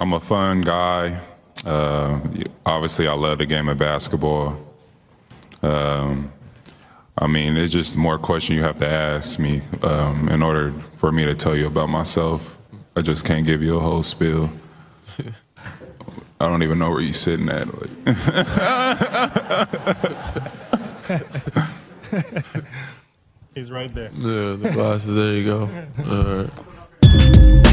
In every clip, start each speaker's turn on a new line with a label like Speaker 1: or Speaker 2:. Speaker 1: I'm a fun guy. Uh, obviously, I love the game of basketball. Um, I mean, it's just more question you have to ask me um, in order for me to tell you about myself. I just can't give you a whole spiel. I don't even know where you're sitting at.
Speaker 2: He's right there.
Speaker 3: Yeah, the glasses. There you go. Uh, All right.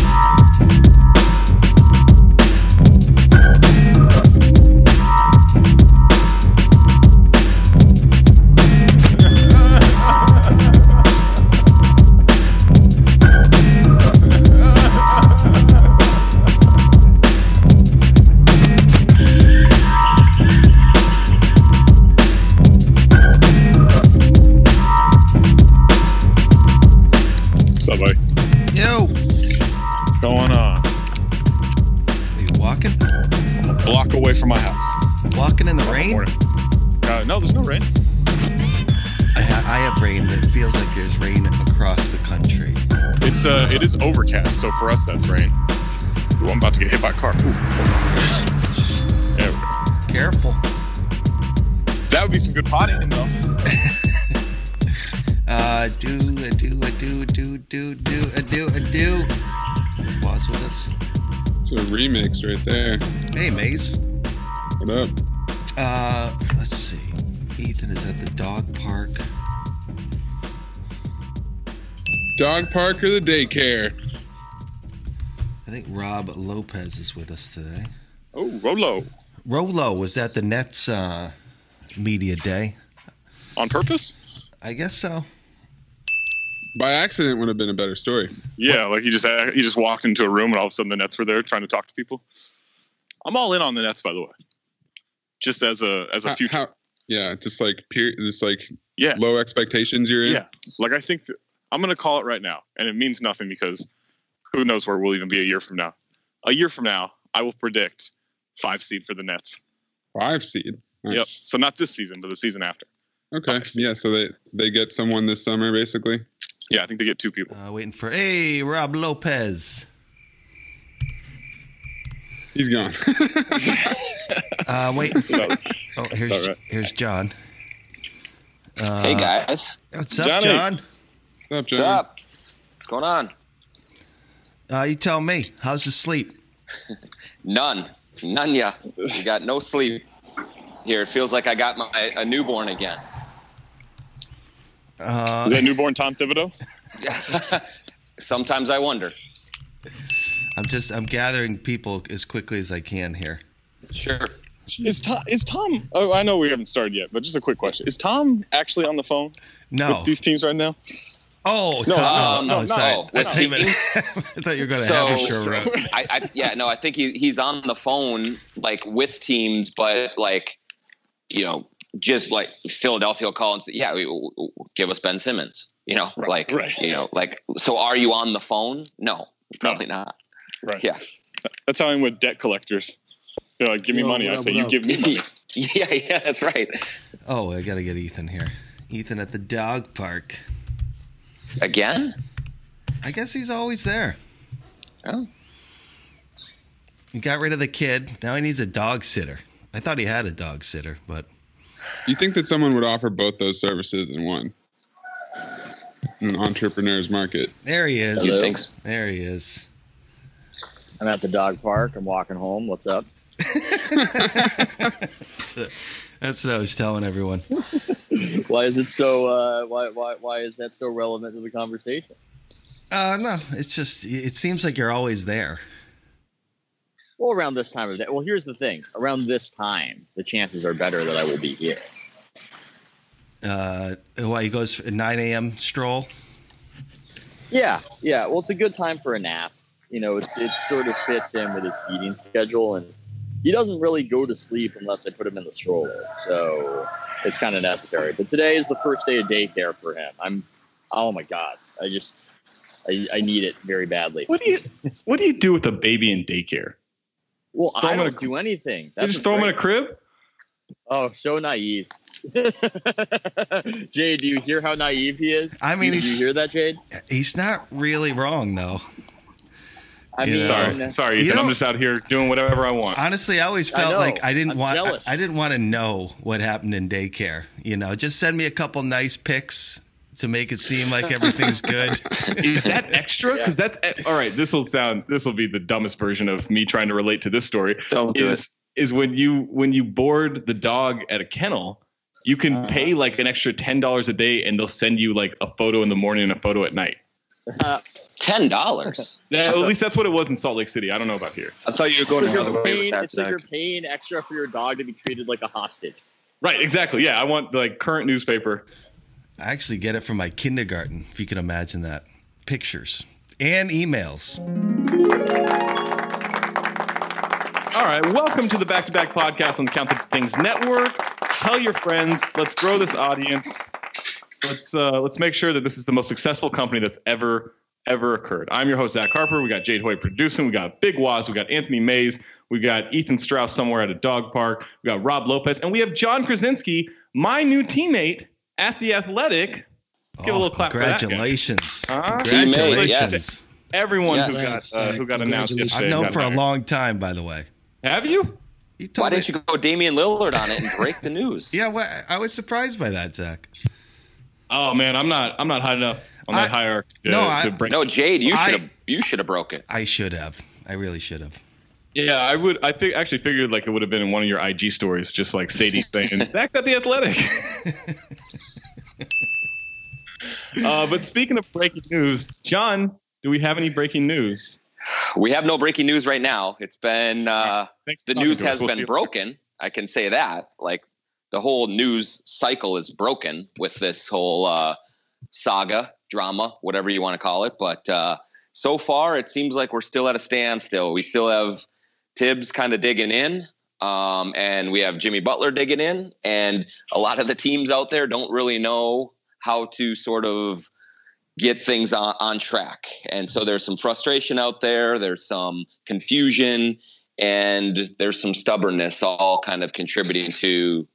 Speaker 2: Subway.
Speaker 4: Yo,
Speaker 2: What's going on?
Speaker 4: are you walking?
Speaker 2: A block away from my house.
Speaker 4: Walking in the rain?
Speaker 2: Morning. Uh, no, there's no rain.
Speaker 4: I, ha- I have rain. It feels like there's rain across the country.
Speaker 2: It's uh, it is overcast, so for us that's rain. Ooh, I'm about to get hit by a car. Ooh. There we go.
Speaker 4: Careful.
Speaker 2: That would be some good potting though.
Speaker 4: Uh, do a do a do do do do a do a do. Pause with us.
Speaker 5: It's a remix right there.
Speaker 4: Hey, Maze.
Speaker 5: What up?
Speaker 4: Uh, let's see. Ethan is at the dog park.
Speaker 5: Dog park or the daycare?
Speaker 4: I think Rob Lopez is with us today.
Speaker 2: Oh, Rolo.
Speaker 4: Rolo was at the Nets uh, media day.
Speaker 2: On purpose?
Speaker 4: I guess so.
Speaker 5: By accident would have been a better story.
Speaker 2: Yeah, like he just had, he just walked into a room and all of a sudden the Nets were there trying to talk to people. I'm all in on the Nets, by the way. Just as a as a
Speaker 5: How-
Speaker 2: future.
Speaker 5: how- yeah, just like peer, just like
Speaker 2: yeah.
Speaker 5: low expectations you're in.
Speaker 2: Yeah. Like I think th- I'm going to call it right now, and it means nothing because who knows where we'll even be a year from now. A year from now, I will predict five seed for the Nets.
Speaker 5: Five seed.
Speaker 2: Yep.
Speaker 5: Nice.
Speaker 2: So not this season, but the season after.
Speaker 5: Okay.
Speaker 2: Five seed.
Speaker 5: Yeah. So they they get someone this summer, basically.
Speaker 2: Yeah, I think they get two people.
Speaker 4: Uh, waiting for hey Rob Lopez.
Speaker 5: He's gone.
Speaker 4: Uh, waiting for
Speaker 2: So,
Speaker 4: Oh, here's
Speaker 2: all right.
Speaker 4: here's John. Uh,
Speaker 6: Hey guys,
Speaker 4: what's up,
Speaker 2: Johnny.
Speaker 4: John?
Speaker 5: What's up,
Speaker 6: what's
Speaker 5: John?
Speaker 6: up? What's going on?
Speaker 4: Uh, you tell me. How's the sleep?
Speaker 6: None, none. Yeah, we got no sleep here. It feels like I got my a newborn again.
Speaker 2: is
Speaker 4: Uh,
Speaker 2: that newborn Tom Thibodeau?
Speaker 6: Sometimes I wonder.
Speaker 4: I'm just I'm gathering people as quickly as I can here.
Speaker 6: Sure.
Speaker 2: Is Tom? Is Tom? Oh, I know we haven't started yet, but just a quick question: Is Tom actually on the phone
Speaker 4: No.
Speaker 2: with these teams right now?
Speaker 4: oh,
Speaker 2: No,
Speaker 4: Tom.
Speaker 6: um,
Speaker 4: oh,
Speaker 6: no,
Speaker 4: sorry.
Speaker 6: no,
Speaker 4: I,
Speaker 6: no.
Speaker 4: thought you meant- I thought you were going to
Speaker 6: So,
Speaker 4: have a show. Rob.
Speaker 6: I, I, yeah, no, I think he, he's on the phone like with teams, but like, you know, just like Philadelphia will call and say, yeah, we, w- w- give us Ben Simmons. You know, like,
Speaker 2: right.
Speaker 6: you know, like. So, are you on the phone? No, probably not.
Speaker 2: Right.
Speaker 6: Yeah.
Speaker 2: That's how I'm with debt collectors. They're like, "Give me
Speaker 3: Yo,
Speaker 2: money."
Speaker 3: what
Speaker 2: I
Speaker 3: up,
Speaker 2: say,
Speaker 3: what
Speaker 2: "You
Speaker 3: up?"
Speaker 2: give me money."
Speaker 6: yeah, yeah, that's right.
Speaker 4: Oh, I got to get Ethan here. Ethan at the dog park.
Speaker 6: Again?
Speaker 4: I guess he's always there.
Speaker 6: Oh.
Speaker 4: He got rid of the kid. Now he needs a dog sitter. I thought he had a dog sitter, but
Speaker 5: You think that someone would offer both those services in one? An entrepreneur's market.
Speaker 4: there he is.
Speaker 6: You think so?
Speaker 4: There he is.
Speaker 7: I'm at the dog park. I'm walking home. What's up?
Speaker 4: That's what I was telling everyone.
Speaker 7: Why is it so? Uh, why why why is that so relevant to the conversation?
Speaker 4: Uh, no, it's just it seems like you're always there.
Speaker 7: Well, around this time of day. Well, here's the thing. Around this time, the chances are better that I will be here.
Speaker 4: Uh, why he goes at 9 a.m. stroll?
Speaker 7: Yeah, yeah. Well, it's a good time for a nap. You know, it's, it sort of fits in with his feeding schedule, and he doesn't really go to sleep unless I put him in the stroller. So it's kind of necessary. But today is the first day of daycare for him. I'm, oh my god, I just, I, I need it very badly.
Speaker 2: What do you What do you do with a baby in daycare?
Speaker 7: Well,
Speaker 2: Throw
Speaker 7: I
Speaker 2: him in
Speaker 7: don't
Speaker 2: a cr-
Speaker 7: do anything.
Speaker 2: You
Speaker 7: That's
Speaker 2: just throw him in a crib?
Speaker 7: Oh, so naive. Jade, do you hear how naive he is?
Speaker 4: I mean,
Speaker 7: do you
Speaker 4: he's-
Speaker 7: hear that, Jade?
Speaker 4: He's not really wrong though.
Speaker 8: I
Speaker 4: You
Speaker 8: mean,
Speaker 4: know.
Speaker 7: um,
Speaker 2: Sorry, sorry,
Speaker 4: You
Speaker 2: Ethan. I'm
Speaker 4: know-
Speaker 2: just out here doing whatever I want.
Speaker 4: Honestly, I always
Speaker 8: I
Speaker 4: felt
Speaker 8: know.
Speaker 4: like I didn't
Speaker 8: I'm
Speaker 4: want
Speaker 8: jealous.
Speaker 4: I, I didn't want to know what happened in daycare. You know, just send me a couple nice pics to make it seem like everything's good.
Speaker 2: Is that extra? Because that's eh, all right. This will sound. This will be the dumbest version of me trying to relate to this story.
Speaker 6: Don't do
Speaker 2: is is when you when you board the dog at a kennel, you can
Speaker 6: Uh-huh.
Speaker 2: pay like an extra ten dollars a day, and they'll send you like a photo in the morning and a photo at night.
Speaker 7: uh,
Speaker 6: it. Ten dollars.
Speaker 2: That- at least that's what it was in Salt Lake City. I don't know about here.
Speaker 9: I thought you were going
Speaker 8: It's like
Speaker 9: another
Speaker 8: you're
Speaker 9: way with
Speaker 8: paying,
Speaker 9: that,
Speaker 8: it's like
Speaker 9: Zach.
Speaker 8: you're paying extra for your dog to be treated like a hostage.
Speaker 2: Right? Exactly. Yeah, I want like current newspaper.
Speaker 4: I actually get it from my kindergarten, if you can imagine that. Pictures and emails.
Speaker 2: All right, welcome to the Back to Back podcast on the Count the Things Network. Tell your friends. Let's grow this audience. Let's uh, let's make sure that this is the most successful company that's ever ever occurred. I'm your host Zach Harper. We got Jade Hoy producing. We got Big Waz. We got Anthony Mays. We got Ethan Strauss somewhere at a dog park. We got Rob Lopez, and we have John Krasinski, my new teammate at the Athletic. Let's give a little clap. for that guy.
Speaker 4: Oh, Congratulations.
Speaker 2: Huh?
Speaker 4: Congratulations.
Speaker 6: yes.
Speaker 2: Everyone
Speaker 6: Yes.
Speaker 2: who got uh, who got announced yesterday.
Speaker 4: I've known
Speaker 2: got
Speaker 4: for a
Speaker 2: hired.
Speaker 4: long time, by the way.
Speaker 2: Have you?
Speaker 4: You told
Speaker 6: Why
Speaker 4: me-
Speaker 6: didn't you go Damian Lillard on it and break the news?
Speaker 4: Yeah, well, I was surprised by that, Zach.
Speaker 2: Oh man, I'm not I'm not high enough on that
Speaker 4: I-
Speaker 2: hierarchy to,
Speaker 4: No, I-
Speaker 2: to break.
Speaker 6: No, Jade, you
Speaker 4: I-
Speaker 6: should have you should have broke it.
Speaker 4: I should have. I really should have.
Speaker 2: Yeah, I would. I think actually figured like it would have been in one of your IG stories, just like Sadie saying Zach's at the Athletic. uh, but speaking of breaking news, John, do we have any breaking news?
Speaker 6: We have no breaking news right now. It's been uh,
Speaker 2: Thanks for
Speaker 6: the
Speaker 2: talking
Speaker 6: news
Speaker 2: to us.
Speaker 6: has
Speaker 2: We'll see
Speaker 6: been
Speaker 2: you-
Speaker 6: broken. I can say that. Like the whole news cycle is broken with this whole uh, saga, drama, whatever you want to call it. But uh, so far, it seems like we're still at a standstill. We still have Tibbs kind of digging in, um, and we have Jimmy Butler digging in, and a lot of the teams out there don't really know how to sort of get things on, on track. And so there's some frustration out there. There's some confusion and there's some stubbornness all kind of contributing to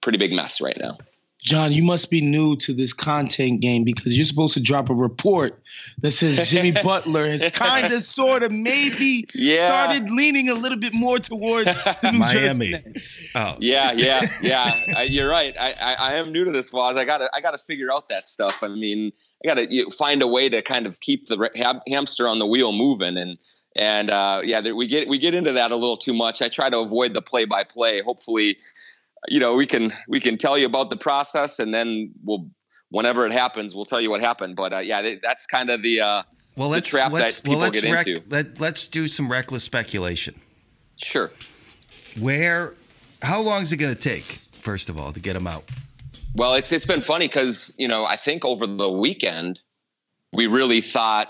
Speaker 6: pretty big mess right now.
Speaker 10: John, you must be new to this content game because you're supposed to drop a report that says Jimmy Butler has kind of, sort of, maybe
Speaker 6: Yeah.
Speaker 10: started leaning a little bit more towards the New
Speaker 4: Miami.
Speaker 10: Jersey Nets.
Speaker 4: Oh,
Speaker 6: Yeah, yeah, yeah. I, you're right. I, I, I am new to this, Waz. I gotta I gotta figure out that stuff. I mean, I gotta you, find a way to kind of keep the ra- ham- hamster on the wheel moving and. And uh, yeah, there, we get we get into that a little too much. I try to avoid the play by play. Hopefully, you know we can we can tell you about the process, and then we'll whenever it happens, we'll tell you what happened. But uh, yeah, that- that's kind of the uh,
Speaker 4: Well, let's
Speaker 6: trap that
Speaker 4: let's well
Speaker 6: people
Speaker 4: let's
Speaker 6: get
Speaker 4: rec-
Speaker 6: into.
Speaker 4: let let's do some reckless speculation.
Speaker 6: sure.
Speaker 4: Where? How long is it going to take? First of all, to get him out.
Speaker 6: Well, it's it's been funny because you know I think over the weekend we really thought,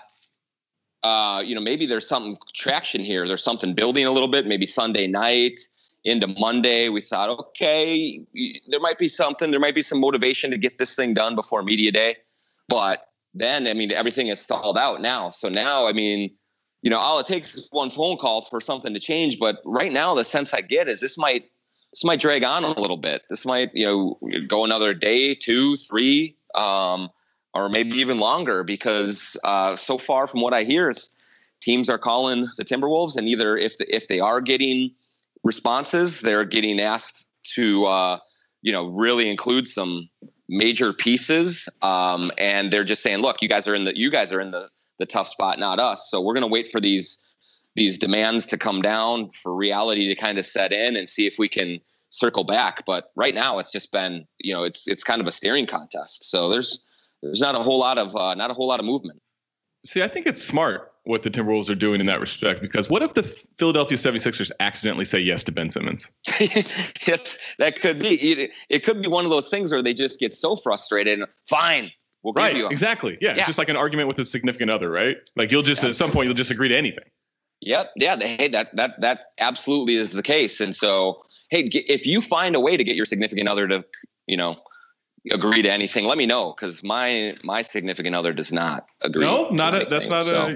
Speaker 6: uh, you know, maybe there's something traction here. There's something building a little bit. Maybe Sunday night into Monday, we thought, okay, y- there might be something. There might be some motivation to get this thing done before media day. But then, I mean, everything is stalled out now. So now, I mean, you know, all it takes is one phone call for something to change. But right now, the sense I get is this might this might drag on a little bit. This might, you know, go another day, two, three, um, or maybe even longer because uh, so far from what I hear is teams are calling the Timberwolves and either if the, if they are getting responses, they're getting asked to, uh, you know, really include some major pieces. Um, and they're just saying, look, you guys are in the, you guys are in the, the tough spot, not us. So we're going to wait for these these demands to come down for reality to kind of set in and see if we can circle back but right now it's just been you know it's it's kind of a staring contest so there's there's not a whole lot of uh, not a whole lot of movement
Speaker 2: See, I think it's smart what the Timberwolves are doing in that respect because what if the Philadelphia 76ers accidentally say yes to Ben Simmons?
Speaker 6: yes that could be it, it could be one of those things where they just get so frustrated and fine we'll give
Speaker 2: Right,
Speaker 6: you a,
Speaker 2: exactly. Yeah,
Speaker 6: Yeah.
Speaker 2: it's just like an argument with a significant other, right? Like you'll just at some point you'll just agree to anything.
Speaker 6: Yep. Yeah. They, hey, that that that absolutely is the case. And so, hey, g- if you find a way to get your significant other to, you know, agree to anything, let me know because my my significant other does not agree.
Speaker 2: No,
Speaker 6: to
Speaker 2: not a,
Speaker 6: anything.
Speaker 2: that's not
Speaker 6: So,
Speaker 2: a.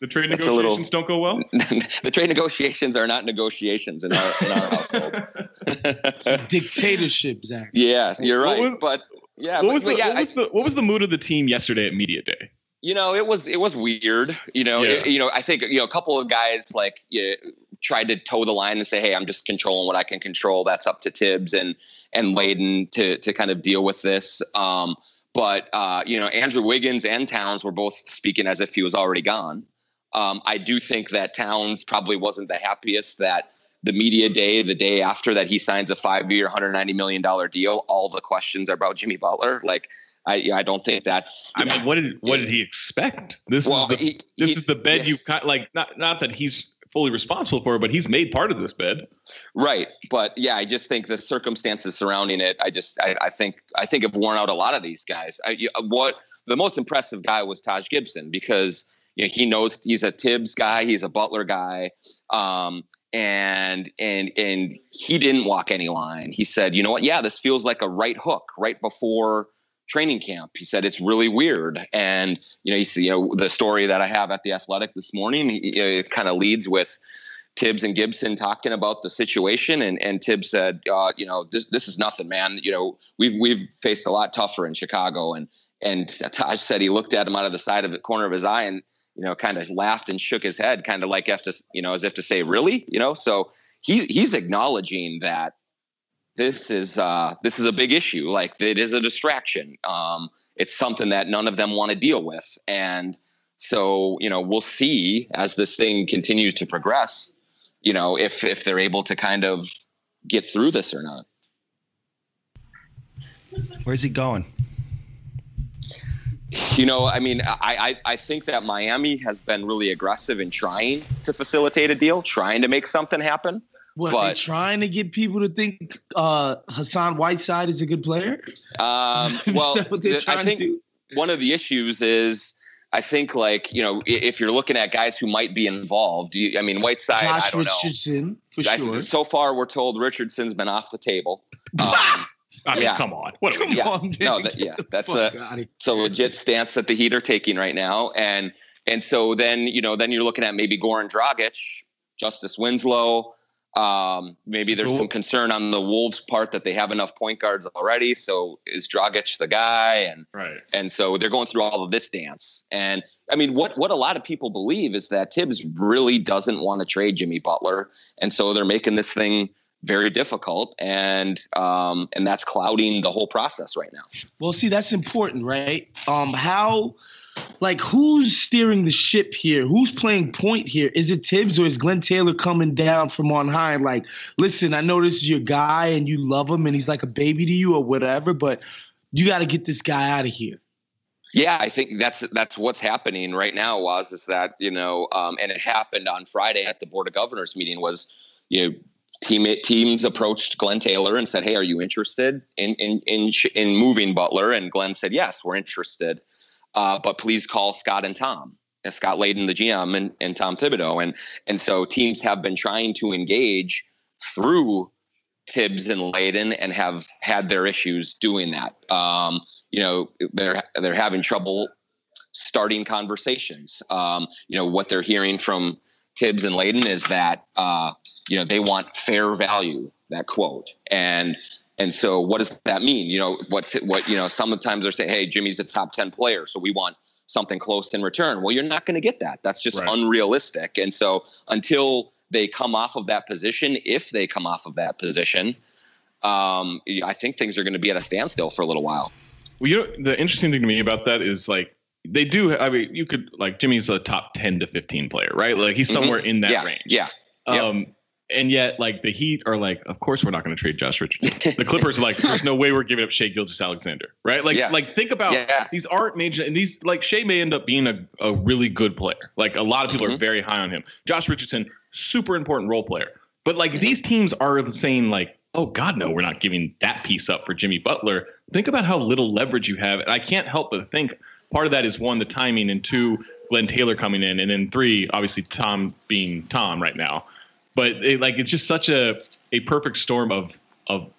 Speaker 2: The trade
Speaker 6: That's a little-
Speaker 2: negotiations don't go well.
Speaker 6: the trade negotiations are not negotiations in our in our household.
Speaker 10: It's a dictatorship, Zach.
Speaker 6: yeah, you're
Speaker 2: What
Speaker 6: right.
Speaker 2: was-
Speaker 6: but yeah,
Speaker 2: what
Speaker 6: but,
Speaker 2: was
Speaker 6: but
Speaker 2: the
Speaker 6: yeah,
Speaker 2: what
Speaker 6: I-
Speaker 2: was the what was the mood of the team yesterday at media day?
Speaker 6: you know, it was it was weird. You know,
Speaker 2: Yeah.
Speaker 6: It- you know, I think you know a couple of guys like yeah, tried to toe the line and say, "Hey, I'm just controlling what I can control. That's up to Tibbs and and Layden to to kind of deal with this." Um, but uh, you know, Andrew Wiggins and Towns were both speaking as if he was already gone. Um, I do think that Towns probably wasn't the happiest that the media day, the day after that he signs a five-year, 190 million dollar deal, all the questions are about Jimmy Butler. Like, I I don't think that's.
Speaker 2: I mean, what did what did he expect? This
Speaker 6: well,
Speaker 2: is the
Speaker 6: he-
Speaker 2: this
Speaker 6: he-
Speaker 2: is the bed
Speaker 6: yeah.
Speaker 2: you cut. Like not not that he's fully responsible for, it, but he's made part of this bed.
Speaker 6: Right, but yeah, I just think the circumstances surrounding it. I just, I, I think, I think have worn out a lot of these guys. I, you- what the most impressive guy was Taj Gibson because you know, he knows he's a Tibbs guy, he's a Butler guy, um, and and and he didn't walk any line. He said, you know what? Yeah, this feels like a right hook right before training camp. He said it's really weird, and you know, you see, you know, the story that I have at the Athletic this morning it kind of leads with. Tibbs and Gibson talking about the situation, and, and Tibbs said, uh, you know, this this is nothing, man. You know, we've we've faced a lot tougher in Chicago, and and Taj said he looked at him out of the side of the corner of his eye, and you know, kind of laughed and shook his head, kind of like if to, you know, as if to say, really, you know. So he he's acknowledging that this is uh, this is a big issue. Like it is a distraction. Um, it's something that none of them want to deal with, and so you know, we'll see as this thing continues to progress you know if if they're able to kind of get through this or not
Speaker 4: Where's he going?
Speaker 6: you know i mean I, I i think that miami has been really aggressive in trying to facilitate a deal trying to make something happen
Speaker 10: What they
Speaker 6: But-
Speaker 10: trying to get people to think uh, Hassan Whiteside is a good player?
Speaker 6: um
Speaker 10: Is
Speaker 6: well
Speaker 10: that what they're
Speaker 6: th-
Speaker 10: trying
Speaker 6: i think
Speaker 10: to do?
Speaker 6: one of the issues is I think, like you know, i- if you're looking at guys who might be involved, you, I mean, Whiteside. I
Speaker 10: Josh
Speaker 6: don't
Speaker 10: Richardson for
Speaker 6: know. I-
Speaker 10: sure.
Speaker 6: So far, we're told Richardson's been off the table. Um,
Speaker 2: I mean,
Speaker 6: Yeah.
Speaker 2: come on, what?
Speaker 10: Come
Speaker 2: A,
Speaker 6: yeah.
Speaker 10: on,
Speaker 6: no,
Speaker 10: Nick.
Speaker 6: that, yeah, that's a
Speaker 10: Fuck outta here.
Speaker 6: it's a legit stance that the Heat are taking right now, and and so then you know then you're looking at maybe Goran Dragic, Justice Winslow. Um, maybe there's
Speaker 3: So-
Speaker 6: some concern on the Wolves' part that they have enough point guards already. So is Dragic the guy? And
Speaker 2: right.
Speaker 6: and so they're going through all of this dance. And I mean, what what a lot of people believe is that Tibbs really doesn't want to trade Jimmy Butler, and so they're making this thing very difficult, and um, and that's clouding the whole process right now.
Speaker 10: Well, see, that's important, right? Um, how, like, who's steering the ship here? Who's playing point here? Is it Tibbs or is Glenn Taylor coming down from on high? Like, listen, I know this is your guy and you love him and he's like a baby to you or whatever, but you got to get this guy out of here.
Speaker 6: Yeah, I think that's that's what's happening right now. Was is that you know, um, and it happened on Friday at the Board of Governors meeting. Was you know, team teams approached Glenn Taylor and said, "Hey, are you interested in in in sh- in moving Butler?" And Glenn said, "Yes, we're interested, uh, but please call Scott and Tom." And Scott Layden, the GM, and, and Tom Thibodeau, and and so teams have been trying to engage through Tibbs and Layden, and have had their issues doing that. Um, you know they're they're having trouble starting conversations. Um, you know what they're hearing from Tibbs and Layden is that uh, you know they want fair value. That quote and and so what does that mean? You know what what you know sometimes they're saying, hey, Jimmy's a top ten player, so we want something close in return. Well, you're not going to get that. That's just
Speaker 2: Right.
Speaker 6: unrealistic. And so until they come off of that position, if they come off of that position. Um, I think things are going to be at a standstill for a little while.
Speaker 2: Well, you know, the interesting thing to me about that is like they do. I mean, you could like Jimmy's a top ten to fifteen player, right? Like he's
Speaker 5: Mm-hmm.
Speaker 6: Mhm.
Speaker 2: somewhere in that
Speaker 6: yeah,
Speaker 2: range.
Speaker 6: yeah, Yep.
Speaker 2: Um, and yet, like the Heat are like, of course we're not going to trade Josh Richardson. The Clippers are like, there's no way we're giving up Shea Gilgis Alexander, right? Like,
Speaker 6: Yeah.
Speaker 2: like think about
Speaker 6: yeah.
Speaker 2: these aren't major, and these like Shea may end up being a, a really good player. Like a lot of people are
Speaker 6: Mhm.
Speaker 2: very high on him. Josh Richardson, super important role player. But like these teams are saying like, oh God, no, we're not giving that piece up for Jimmy Butler. Think about how little leverage you have, and I can't help but think part of that is one the timing, and two Glenn Taylor coming in, and then three obviously Tom being Tom right now. But it, like it's just such a a perfect storm of of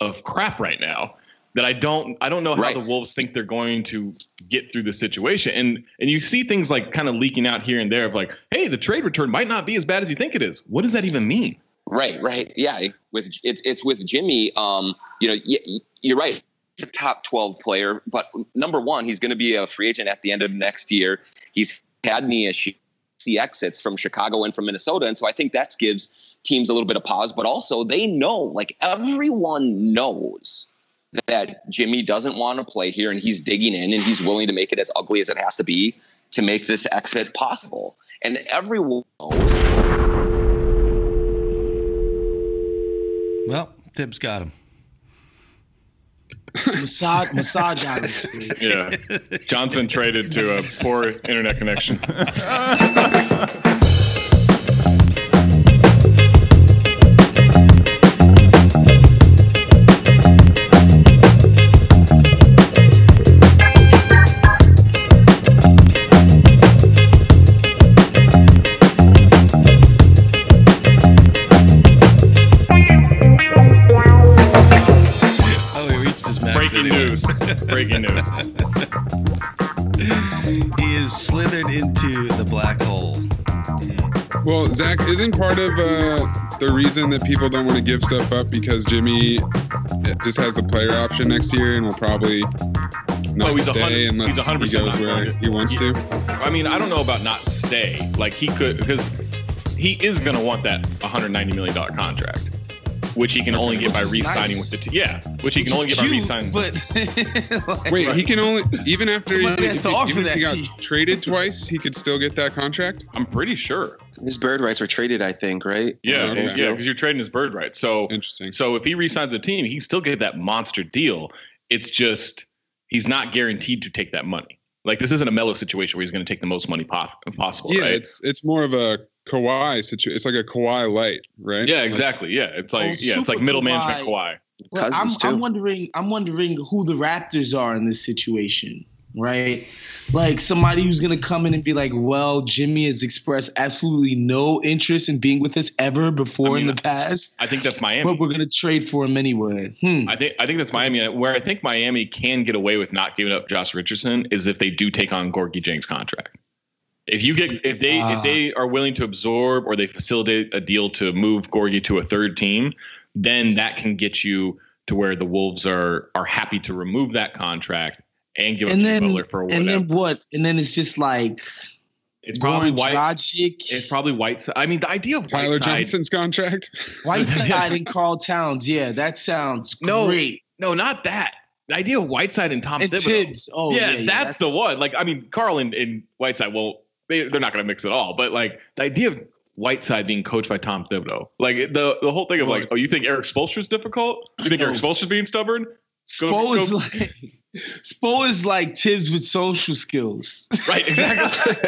Speaker 2: of crap right now that I don't I don't know how
Speaker 6: Right.
Speaker 2: the Wolves think they're going to get through the situation. And and you see things like kind of leaking out here and there of like, hey, the trade return might not be as bad as you think it is. What does that even mean?
Speaker 6: Right, right, yeah. With it's it's with Jimmy. Um, you know, y- y- you're right. a top 12 player, but number one, he's going to be a free agent at the end of next year. He's had knee issues. He exits from Chicago and from Minnesota. And so I think that gives teams a little bit of pause, but also they know, like everyone knows that Jimmy doesn't want to play here and he's digging in and he's willing to make it as ugly as it has to be to make this exit possible. And everyone knows.
Speaker 4: Well, Tibbs got him.
Speaker 10: Massage, massage on him.
Speaker 2: Yeah. John's been traded to a poor internet connection.
Speaker 4: Oh, he reached his max.
Speaker 2: Breaking
Speaker 4: anyway.
Speaker 2: news. Breaking news.
Speaker 4: He is slithered into the black hole.
Speaker 5: Well, Zach, isn't part of uh, the reason that people don't want to give stuff up because Jimmy uh, just has the player option next year and will probably not
Speaker 2: Oh, he's a hundred-
Speaker 5: stay unless
Speaker 2: he's a hundred
Speaker 5: he
Speaker 2: percent
Speaker 5: goes
Speaker 2: not
Speaker 5: where
Speaker 2: going to.
Speaker 5: he wants
Speaker 2: Yeah.
Speaker 5: to.
Speaker 2: I mean, I don't know about not stay. Like he could because he is going to want that 190 million dollar contract, which he can only get
Speaker 10: Which
Speaker 2: by
Speaker 10: is
Speaker 2: re-signing
Speaker 10: nice.
Speaker 2: with the team. Yeah, which he
Speaker 10: Which
Speaker 2: can only
Speaker 10: is
Speaker 2: get by
Speaker 10: cute,
Speaker 2: re-signing.
Speaker 10: But like,
Speaker 5: Wait, he can only even after he,
Speaker 10: Somebody has to
Speaker 5: if he-
Speaker 10: offer
Speaker 5: even if he
Speaker 10: that
Speaker 5: got
Speaker 10: to you.
Speaker 5: traded twice, he could still get that contract.
Speaker 2: I'm pretty sure.
Speaker 9: His bird rights were traded, I think, right?
Speaker 2: Yeah,
Speaker 5: Okay.
Speaker 2: yeah, because you're trading his bird right. So
Speaker 5: Interesting.
Speaker 2: so if he re-signs a team, he can still get that monster deal. It's just he's not guaranteed to take that money. Like this isn't a mellow situation where he's going to take the most money po- possible.
Speaker 5: Yeah,
Speaker 2: right?
Speaker 5: it's it's more of a Kawhi situation. It's like a Kawhi light, right?
Speaker 2: Yeah, exactly. Yeah, it's like
Speaker 10: Oh,
Speaker 2: yeah, it's like
Speaker 10: super
Speaker 2: middle management Kawhi.
Speaker 10: Kawhi. Well, I'm,
Speaker 9: Cousins, too.
Speaker 10: I'm wondering. I'm wondering who the Raptors are in this situation, right? Like somebody who's gonna come in and be like, "Well, Jimmy has expressed absolutely no interest in being with us ever before
Speaker 2: mean,
Speaker 10: in the past,
Speaker 2: I think that's Miami.
Speaker 10: but we're gonna trade for him anyway." Hmm.
Speaker 2: I think I think that's Miami. Where I think Miami can get away with not giving up Josh Richardson is if they do take on Gorgie Jang's contract. If you get if they
Speaker 10: Ah.
Speaker 2: if they are willing to absorb or they facilitate a deal to move Gorgie to a third team, then that can get you to where the Wolves are are happy to remove that contract and give
Speaker 10: And
Speaker 2: up
Speaker 10: then-
Speaker 2: Jimmy Butler for whatever.
Speaker 10: And then what? And then it's just like
Speaker 2: it's probably
Speaker 10: Goran
Speaker 2: white.
Speaker 10: Dragic,
Speaker 2: It's probably white. I mean, the idea of
Speaker 5: Tyler
Speaker 2: white side
Speaker 5: Johnson's contract.
Speaker 10: Whiteside, and Carl Towns. Yeah, that sounds
Speaker 2: No,
Speaker 10: great.
Speaker 2: No, not that. The idea of Whiteside and Tom
Speaker 10: And
Speaker 2: Thibodeau.
Speaker 10: Tibbs. Oh,
Speaker 2: yeah,
Speaker 10: yeah,
Speaker 2: that's, the one. Like, I mean, Carl and, and Whiteside, well, they, they're not going to mix at all. But like the idea of Whiteside being coached by Tom Thibodeau, like the the whole thing of like, oh, you think Eric Spolster's difficult? You think Eric Spolster's being stubborn? Go-
Speaker 10: Spo is
Speaker 2: go-
Speaker 10: like Spo is like Tibbs with social skills.
Speaker 2: Right, exactly.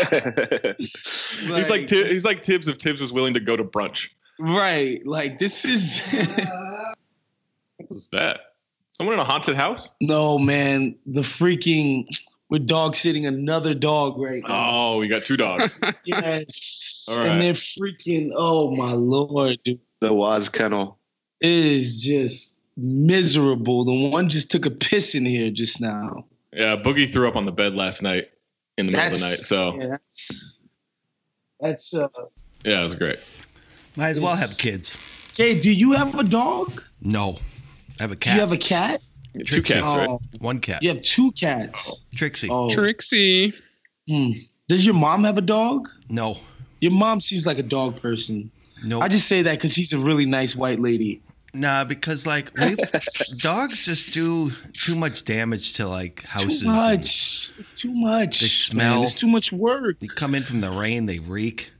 Speaker 2: he's like
Speaker 10: Tibbs.
Speaker 2: Ti- he's like Tibbs if Tibbs was willing to go to brunch.
Speaker 10: right. Like this is
Speaker 2: What was that? Someone in a haunted house?
Speaker 10: no man. The freaking we're dog sitting another dog right now.
Speaker 2: Oh, we got two dogs.
Speaker 10: Yes,
Speaker 2: All right.
Speaker 10: and they're freaking. Oh my lord, dude,
Speaker 9: The Waz Kennel.
Speaker 10: it is just miserable. The one just took a piss in here just now.
Speaker 2: yeah, Boogie threw up on the bed last night in the middle of the night. So
Speaker 10: yeah, that's, that's uh.
Speaker 2: yeah it was great.
Speaker 4: Might as well
Speaker 10: It's-
Speaker 4: have kids.
Speaker 10: Jay, do you have a dog?
Speaker 4: No. I have a
Speaker 10: Do
Speaker 4: cat.
Speaker 10: you have a cat?
Speaker 2: Two
Speaker 4: Trixie.
Speaker 2: cats, right?
Speaker 10: Oh,
Speaker 4: One cat.
Speaker 10: you have two cats.
Speaker 4: Trixie.
Speaker 10: Oh,
Speaker 5: Trixie.
Speaker 10: hmm. does your mom have a dog?
Speaker 4: No.
Speaker 10: Your mom seems like a dog person.
Speaker 4: No.
Speaker 10: I just say that because she's a really nice white lady.
Speaker 4: Nah, because like we've, dogs just do too much damage to like houses.
Speaker 10: Too much. It's too much.
Speaker 4: They smell.
Speaker 10: man. It's too much work.
Speaker 4: They come in from the rain, they reek.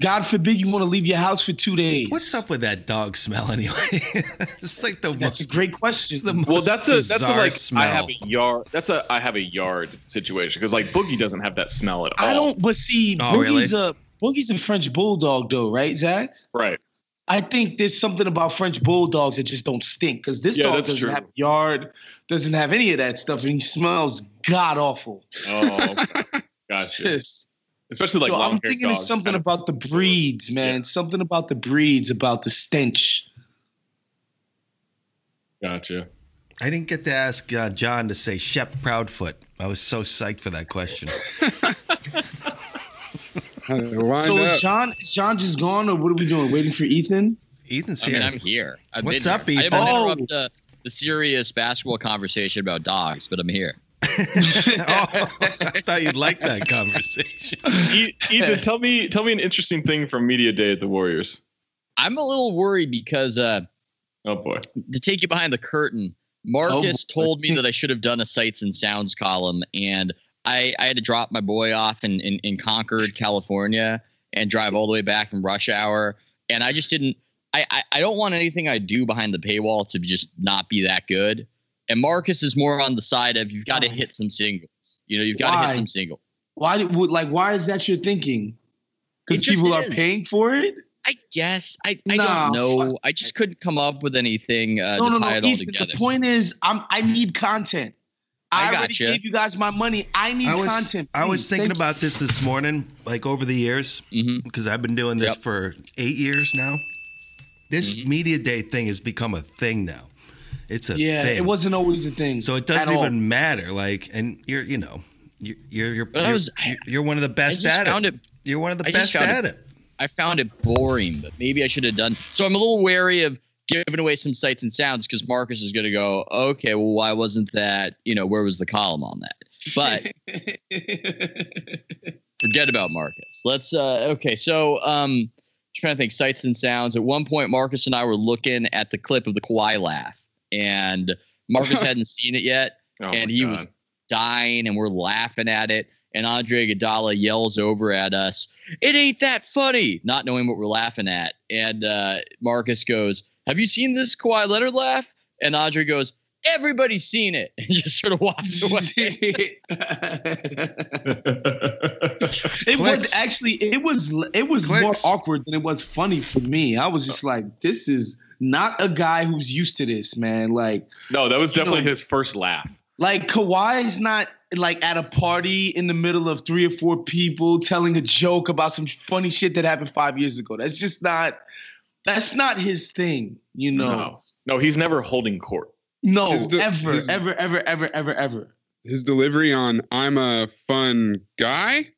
Speaker 10: God forbid you want to leave your house for two days.
Speaker 4: What's up with that dog smell anyway? it's like the
Speaker 10: That's
Speaker 4: most.
Speaker 10: a great question.
Speaker 4: it's the most
Speaker 2: well that's a that's a
Speaker 4: bizarre
Speaker 2: like
Speaker 4: smell.
Speaker 2: i have a yard that's a i have a yard situation because like boogie doesn't have that smell at all
Speaker 10: I don't. But see,
Speaker 4: Oh,
Speaker 10: Boogie's a Boogie's a French bulldog, though, right, Zach?
Speaker 2: right
Speaker 10: I think there's something about French bulldogs that just don't stink because this
Speaker 2: Yeah,
Speaker 10: dog
Speaker 2: that's
Speaker 10: doesn't
Speaker 2: true.
Speaker 10: have a yard, doesn't have any of that stuff, and he smells god awful.
Speaker 2: oh okay. gotcha
Speaker 10: Just-
Speaker 2: especially like
Speaker 10: so I'm
Speaker 2: long-haired
Speaker 10: thinking it's
Speaker 2: dogs,
Speaker 10: something
Speaker 2: kind of-
Speaker 10: about the breeds, man.
Speaker 2: Yeah.
Speaker 10: Something about the breeds, about the stench.
Speaker 2: gotcha
Speaker 4: I didn't get to ask uh, John to say Shep Proudfoot. I was so psyched for that question.
Speaker 5: Uh, lined
Speaker 10: so
Speaker 5: up.
Speaker 10: is John is John just gone, or what are we doing? Waiting for Ethan?
Speaker 4: Ethan's
Speaker 7: I
Speaker 4: here.
Speaker 7: mean, I'm here. I've
Speaker 4: What's
Speaker 7: been
Speaker 4: up,
Speaker 7: here. I
Speaker 4: Ethan?
Speaker 7: haven't, interrupted, the serious basketball conversation about dogs, but I'm here.
Speaker 4: Oh, I thought you'd like that conversation.
Speaker 2: E- Ethan, tell me tell me an interesting thing from media day at the Warriors.
Speaker 7: I'm a little worried because uh,
Speaker 2: Oh boy. Oh,
Speaker 7: to take you behind the curtain, Marcus told me that I should have done a sights and sounds column, and I, I had to drop my boy off in, in, in Concord, California, and drive all the way back from rush hour. And I just didn't. I, I, I don't want anything I do behind the paywall to just not be that good. And Marcus is more on the side of you've got to hit some singles. You know, you've got to
Speaker 10: Why?
Speaker 7: hit some singles.
Speaker 10: Why did would like why is that your thinking?
Speaker 7: It
Speaker 10: Because
Speaker 7: just
Speaker 10: people are
Speaker 7: is.
Speaker 10: paying for it?
Speaker 7: I guess I, I
Speaker 10: Nah,
Speaker 7: don't know. I just couldn't come up with anything uh,
Speaker 10: no,
Speaker 7: to
Speaker 10: no,
Speaker 7: tie
Speaker 10: no.
Speaker 7: it all
Speaker 10: Ethan,
Speaker 7: together.
Speaker 10: the point is I'm I need content.
Speaker 7: I
Speaker 10: I, already
Speaker 7: gotcha.
Speaker 10: gave you guys my money. I need
Speaker 4: I was
Speaker 10: content.
Speaker 4: I was
Speaker 10: please.
Speaker 4: thinking
Speaker 10: Thank you.
Speaker 4: about this this morning, like over the years,
Speaker 7: Mhm.
Speaker 4: because I've been doing this
Speaker 7: Yep.
Speaker 4: for eight years now. This media day thing has become a thing now. It's a
Speaker 10: Yeah,
Speaker 4: thing.
Speaker 10: it wasn't always a thing.
Speaker 4: So it
Speaker 10: at
Speaker 4: doesn't
Speaker 10: all.
Speaker 4: even matter. Like, and you're, you know, you're, you're, you're,
Speaker 7: I
Speaker 4: you're,
Speaker 7: was-
Speaker 4: you're one of the best
Speaker 7: just
Speaker 4: at
Speaker 7: found
Speaker 4: it.
Speaker 7: it-
Speaker 4: You're one of the
Speaker 7: I just
Speaker 4: best
Speaker 7: found
Speaker 4: at it.
Speaker 7: it- I found it boring, but maybe I should have done. So I'm a little wary of giving away some sights and sounds because Marcus is going to go, okay, well, why wasn't that? You know, where was the column on that? But forget about Marcus. Let's uh, okay. So um, trying to think sights and sounds. At one point, Marcus and I were looking at the clip of the Kawhi laugh, and Marcus hadn't seen it yet
Speaker 2: Oh
Speaker 7: and
Speaker 2: my
Speaker 7: he
Speaker 2: God.
Speaker 7: was dying and we're laughing at it and andre Iguodala yells over at us it ain't that funny not knowing what we're laughing at and uh, marcus goes have you seen this Kawhi leonard laugh and andre goes everybody's seen it and just sort of walks away
Speaker 10: It was
Speaker 4: Clicks.
Speaker 10: actually it was it was more
Speaker 4: Clicks.
Speaker 10: awkward than it was funny for me. I was just like, this is not a guy who's used to this, man. Like
Speaker 2: No, that was
Speaker 10: You know-
Speaker 2: definitely his first laugh.
Speaker 10: like Kawhi's not like at a party in the middle of three or four people telling a joke about some funny shit that happened five years ago. That's just not that's not his thing, you know.
Speaker 2: No. No, he's never holding court.
Speaker 10: No,
Speaker 5: His de-
Speaker 10: ever,
Speaker 5: his-
Speaker 10: ever, ever, ever, ever, ever.
Speaker 5: His delivery on "I'm a fun guy."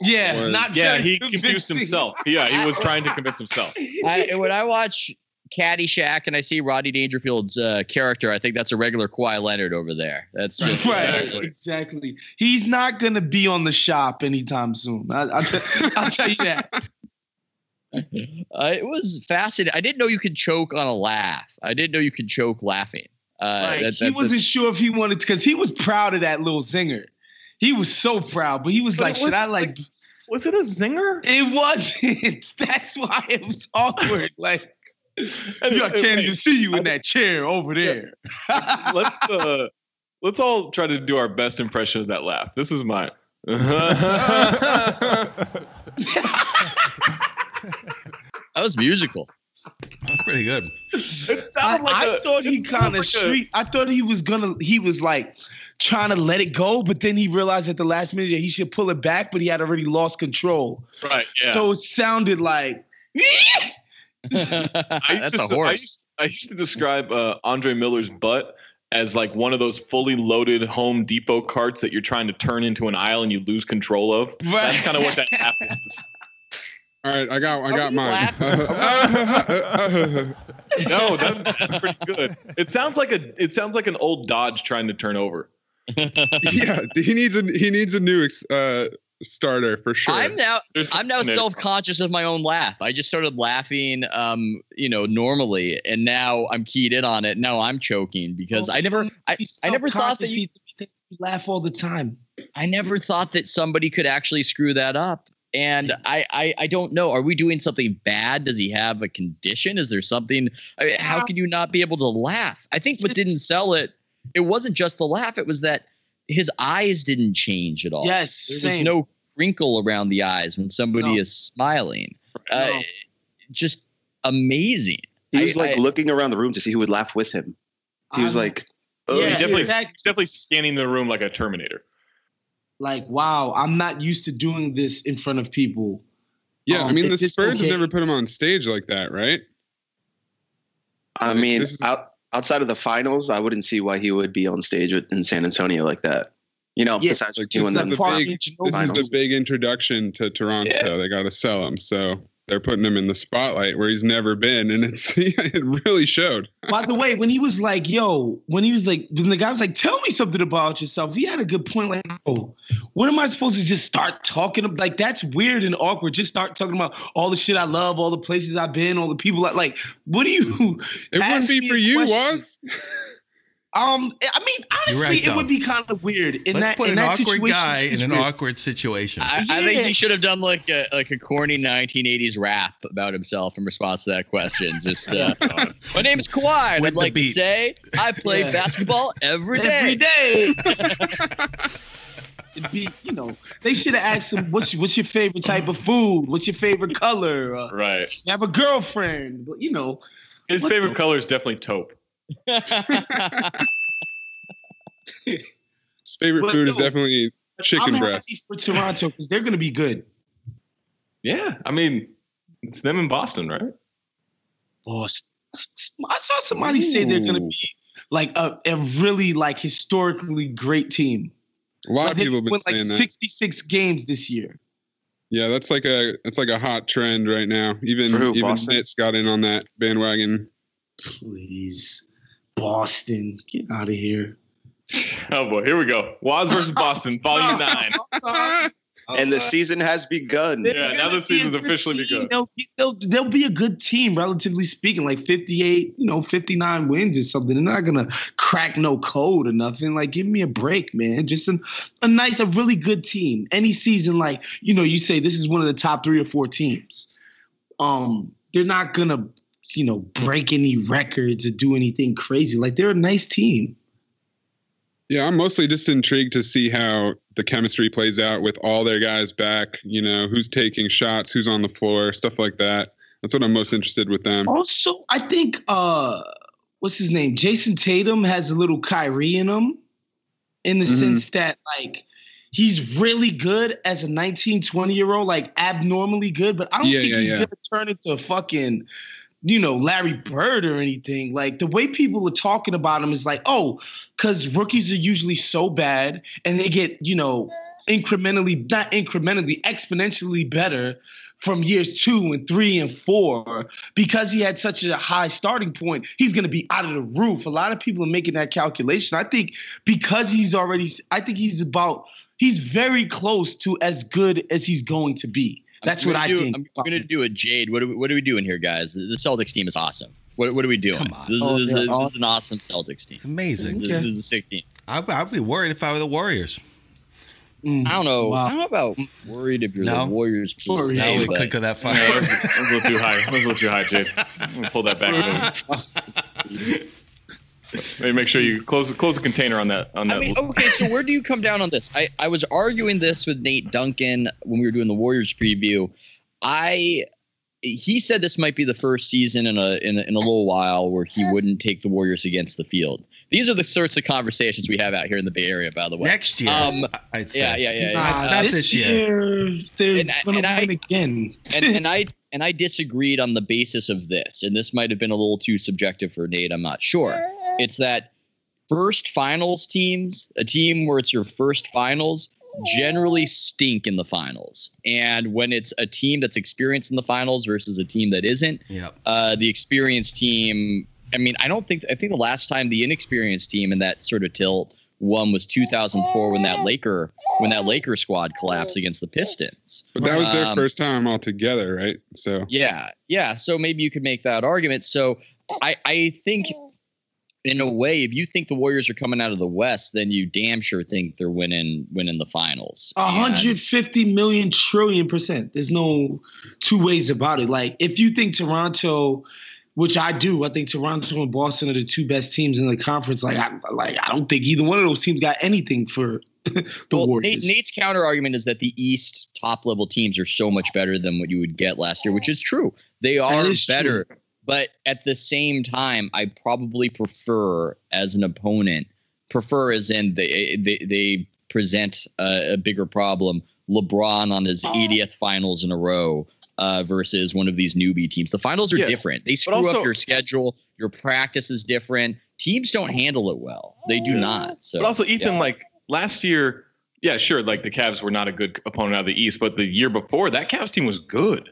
Speaker 10: Yeah,
Speaker 5: Was-
Speaker 10: not
Speaker 2: Yeah,
Speaker 10: very
Speaker 2: he confused
Speaker 10: convincing.
Speaker 2: himself. Yeah, he was trying to convince himself.
Speaker 7: I, when i watch caddyshack and i see roddy dangerfield's uh, character i think that's a regular Kawhi leonard over there that's just
Speaker 10: Right,
Speaker 2: Exactly.
Speaker 10: exactly. He's not gonna be on the shop anytime soon. I, I'll, t- I'll tell you that.
Speaker 7: Uh, it was fascinating. I didn't know you could choke on a laugh. I didn't know you could choke laughing. Uh,
Speaker 10: Like,
Speaker 7: that-
Speaker 10: he
Speaker 7: that-
Speaker 10: wasn't sure if he wanted because he was proud of that little zinger. He was so proud, but he was
Speaker 2: But
Speaker 10: like,
Speaker 2: it
Speaker 10: "Should I
Speaker 2: wasn't
Speaker 10: like?"
Speaker 2: Was it a zinger?
Speaker 10: It wasn't. That's why it was awkward. Like,
Speaker 2: And-
Speaker 10: yo, I
Speaker 2: and-
Speaker 10: can't
Speaker 2: wait,
Speaker 10: even see you in that chair over there.
Speaker 2: let's uh, let's all try to do our best impression of that laugh. This is mine.
Speaker 7: that was musical.
Speaker 4: That's pretty good.
Speaker 2: It
Speaker 10: I,
Speaker 2: sounded like
Speaker 10: I
Speaker 2: a-
Speaker 10: thought he
Speaker 2: it sounded
Speaker 10: kind
Speaker 2: like
Speaker 10: of
Speaker 2: a-
Speaker 10: street. I thought he was gonna. He was like trying to let it go, but then he realized at the last minute that he should pull it back, but he had already lost control.
Speaker 2: Right. Yeah.
Speaker 10: So it sounded like
Speaker 7: That's
Speaker 2: to,
Speaker 7: a
Speaker 2: s- I
Speaker 7: horse.
Speaker 2: used, I used to describe uh, Andre Miller's butt as like one of those fully loaded Home Depot carts that you're trying to turn into an aisle and you lose control of. That's kind of what that laugh was.
Speaker 5: All right, I got, I
Speaker 7: Are
Speaker 5: got
Speaker 7: we
Speaker 5: mine.
Speaker 2: No, that, that's pretty good. It sounds like a it sounds like an old Dodge trying to turn over.
Speaker 5: yeah, he needs a he needs a new ex- uh, starter for sure.
Speaker 7: I'm now
Speaker 2: There's
Speaker 7: I'm now
Speaker 2: something in it.
Speaker 7: self conscious of my own laugh. I just started laughing, um, you know, normally, and now I'm keyed in on it. Now I'm choking because I never I,
Speaker 10: he's
Speaker 7: I never thought that
Speaker 10: self-conscious.
Speaker 7: you,
Speaker 10: he, he laugh all the time.
Speaker 7: I never thought that somebody could actually screw that up. And I, I I don't know. Are we doing something bad? Does he have a condition? Is there something? I mean, how can you not be able to laugh? I think what didn't sell it, it wasn't just the laugh. It was that his eyes didn't change at all.
Speaker 10: Yes,
Speaker 7: Oh, there was
Speaker 10: same.
Speaker 7: no wrinkle around the eyes when somebody
Speaker 10: No.
Speaker 7: is smiling.
Speaker 10: No.
Speaker 7: Uh, just amazing.
Speaker 9: He was
Speaker 7: I-
Speaker 9: like
Speaker 7: I-
Speaker 9: looking around the room to see who would laugh with him. He was
Speaker 10: I'm-
Speaker 9: like,
Speaker 10: yeah,
Speaker 9: oh,
Speaker 2: He's definitely-
Speaker 10: exactly.
Speaker 2: He's definitely scanning the room like a Terminator.
Speaker 10: Like, wow, I'm not used to doing this in front of people.
Speaker 5: yeah,
Speaker 10: um,
Speaker 5: I mean the
Speaker 10: it's just
Speaker 5: Spurs
Speaker 10: okay.
Speaker 5: have never put him on stage like that, right?
Speaker 9: I mean,
Speaker 5: This is-
Speaker 9: out, outside of the finals, I wouldn't see why he would be on stage with, in San Antonio like that. You know,
Speaker 10: Yeah,
Speaker 9: besides like
Speaker 10: It's
Speaker 9: doing
Speaker 10: like
Speaker 9: them.
Speaker 5: the
Speaker 10: Park
Speaker 5: big-
Speaker 10: Regional
Speaker 5: This is
Speaker 9: Finals.
Speaker 5: the big introduction to Toronto. They got to sell him. So they're putting him in the spotlight where he's never been, and it's it really showed.
Speaker 10: By the way, when he was like, "Yo," when he was like, when the guy was like, "Tell me something about yourself," he had a good point. Like, "Oh, what am I supposed to just start talking about? Like, that's weird and awkward. Just start talking about all the shit I love, all the places I've been, all the people. I, like, what do you?
Speaker 5: It wouldn't
Speaker 10: ask
Speaker 5: be
Speaker 10: me
Speaker 5: for
Speaker 10: a
Speaker 5: you,
Speaker 10: question?
Speaker 5: was.
Speaker 10: Um, I mean, honestly,
Speaker 4: right,
Speaker 10: it would
Speaker 4: though.
Speaker 10: be kind of weird in
Speaker 4: Let's
Speaker 10: that
Speaker 4: put
Speaker 10: in
Speaker 4: an
Speaker 10: that
Speaker 4: awkward
Speaker 10: situation.
Speaker 4: guy
Speaker 10: it's
Speaker 4: in an
Speaker 10: weird.
Speaker 4: awkward situation.
Speaker 7: I, I think
Speaker 10: Yeah.
Speaker 7: he should have done like a like a corny 1980s rap about himself in response to that question. Just uh, my name's Kawhi, and
Speaker 4: With
Speaker 7: I'd
Speaker 4: the
Speaker 7: like to
Speaker 4: beat.
Speaker 7: say I play
Speaker 10: Yeah.
Speaker 7: basketball every day.
Speaker 10: every day. It'd be, you know, they should have asked him, "What's what's your favorite type of food? What's your favorite color? Uh,
Speaker 2: Right.
Speaker 10: you have a girlfriend?" But you know,
Speaker 2: His
Speaker 10: What
Speaker 2: favorite
Speaker 10: the-
Speaker 2: color is definitely taupe.
Speaker 5: His favorite
Speaker 10: But
Speaker 5: food is
Speaker 10: no.
Speaker 5: definitely chicken
Speaker 10: I'm
Speaker 5: breast.
Speaker 10: happy for Toronto because they're gonna be good.
Speaker 2: Yeah, I mean, it's them in Boston, right?
Speaker 10: Boston. I saw somebody say they're gonna be like a, a really like historically great team.
Speaker 5: A lot
Speaker 10: Like,
Speaker 5: of
Speaker 10: they
Speaker 5: people have been
Speaker 10: won like
Speaker 5: saying that.
Speaker 10: 66 games this year.
Speaker 5: Yeah, that's like a that's like a hot trend right now. Even
Speaker 9: For who,
Speaker 5: even
Speaker 9: Boston?
Speaker 5: Nitz got in on that bandwagon.
Speaker 10: Please, Boston, get out of here.
Speaker 2: Oh boy, here we go. Waz versus Boston, Volume Nine.
Speaker 9: and the season has begun.
Speaker 2: Yeah, now the season's officially begun.
Speaker 10: They'll, they'll, they'll be a good team, relatively speaking, like 58, you know, 59 wins or something. They're not going to crack no code or nothing. Like, give me a break, man. Just an, a nice, a really good team. Any season, like, you know, you say this is one of the top three or four teams. Um, They're not going to, you know, break any records or do anything crazy. Like, they're a nice team.
Speaker 5: Yeah, I'm mostly just intrigued to see how the chemistry plays out with all their guys back. You know, who's taking shots, who's on the floor, stuff like that. That's what I'm most interested with them.
Speaker 10: Also, I think, uh, what's his name? Jason Tatum has a little Kyrie in him in the
Speaker 5: Mhm.
Speaker 10: sense that, like, he's really good as a 19, 20 year old, like, abnormally good, but I don't
Speaker 5: Yeah,
Speaker 10: think
Speaker 5: yeah,
Speaker 10: he's
Speaker 5: yeah.
Speaker 10: going to turn into a fucking. You know, Larry Bird or anything. Like the way people are talking about him is like, oh, because rookies are usually so bad and they get, you know, incrementally, not incrementally, exponentially better from years two and three and four because he had such a high starting point, he's going to be out of the roof. A lot of people are making that calculation. I think because he's already, I think he's about, he's very close to as good as he's going to be.
Speaker 7: I'm
Speaker 10: That's
Speaker 7: gonna
Speaker 10: what I
Speaker 7: do-
Speaker 10: think.
Speaker 7: I'm gonna do a Jade. What are we, what are we doing here, guys? The the Celtics team is awesome. What, what are we doing?
Speaker 4: Come on.
Speaker 7: This,
Speaker 10: Oh,
Speaker 7: is, this,
Speaker 10: they're
Speaker 7: is,
Speaker 10: aw-
Speaker 7: this is an awesome Celtics team.
Speaker 4: It's amazing.
Speaker 7: This,
Speaker 10: Okay.
Speaker 7: this is a sick team.
Speaker 4: I'd, I'd be worried if I were the Warriors.
Speaker 10: Mm.
Speaker 7: I don't know.
Speaker 10: Wow.
Speaker 7: I don't know about worried if you're
Speaker 4: No.
Speaker 7: the Warriors. per
Speaker 10: Warriors.
Speaker 7: se,
Speaker 4: Now we
Speaker 7: but-
Speaker 4: could go that far.
Speaker 2: Yeah, that was, that was a little too high. That was a little too high, Jade. I'm gonna pull that back. a little. Maybe make sure you close close the container on that on that.
Speaker 7: I mean, oh, okay, so where do you come down on this? I, I was arguing this with Nate Duncan when we were doing the Warriors preview. I he said this might be the first season in a in a, in a little while where he wouldn't take the Warriors against the field. These are the sorts of conversations we have out here in the Bay Area, by the way.
Speaker 4: Next year,
Speaker 7: Um,
Speaker 4: I'd say.
Speaker 7: yeah, yeah, yeah. Uh, yeah.
Speaker 10: Nah,
Speaker 4: Not
Speaker 10: this,
Speaker 4: this
Speaker 10: year, they're
Speaker 7: And I-
Speaker 10: going
Speaker 7: and
Speaker 10: to
Speaker 7: I-
Speaker 10: win again.
Speaker 7: and, and I and I disagreed on the basis of this, and this might have been a little too subjective for Nate. I'm not sure. It's that first finals teams, a team where it's your first finals, generally stink in the finals. And when it's a team that's experienced in the finals versus a team that isn't,
Speaker 4: Yep.
Speaker 7: uh, the experienced team. I mean, I don't think I think the last time the inexperienced team in that sort of tilt won was 2004 when that Laker when that Laker squad collapsed against the Pistons.
Speaker 5: But that was their
Speaker 7: Um,
Speaker 5: first time all together, right? So
Speaker 7: Yeah, yeah. So maybe you could make that argument. So I, I think, in a way, if you think the Warriors are coming out of the West, then you damn sure think they're winning winning the finals.
Speaker 10: A
Speaker 7: And-
Speaker 10: 150 million trillion percent. There's no two ways about it. Like, if you think Toronto, which I do, I think Toronto and Boston are the two best teams in the conference. Like, I, like I don't think either one of those teams got anything for the
Speaker 7: Well, Nate,
Speaker 10: Warriors.
Speaker 7: Nate's counter argument is that the East top level teams are so much better than what you would get last year, which is true. They are
Speaker 10: is true.
Speaker 7: better, but at the same time, I probably prefer as an opponent, prefer as in they eh, they, they present a, a bigger problem. LeBron on his
Speaker 2: Uh-huh.
Speaker 7: 80th finals in a row. Uh, versus one of these newbie teams. The finals are
Speaker 2: Yeah.
Speaker 7: different. They screw
Speaker 2: also-
Speaker 7: up your schedule. Your practice is different. Teams don't handle it well. They do
Speaker 2: Yeah.
Speaker 7: not. So,
Speaker 2: But also, Ethan,
Speaker 7: yeah.
Speaker 2: like last year, yeah, sure, like the Cavs were not a good opponent out of the East, but the year before, that Cavs team was good.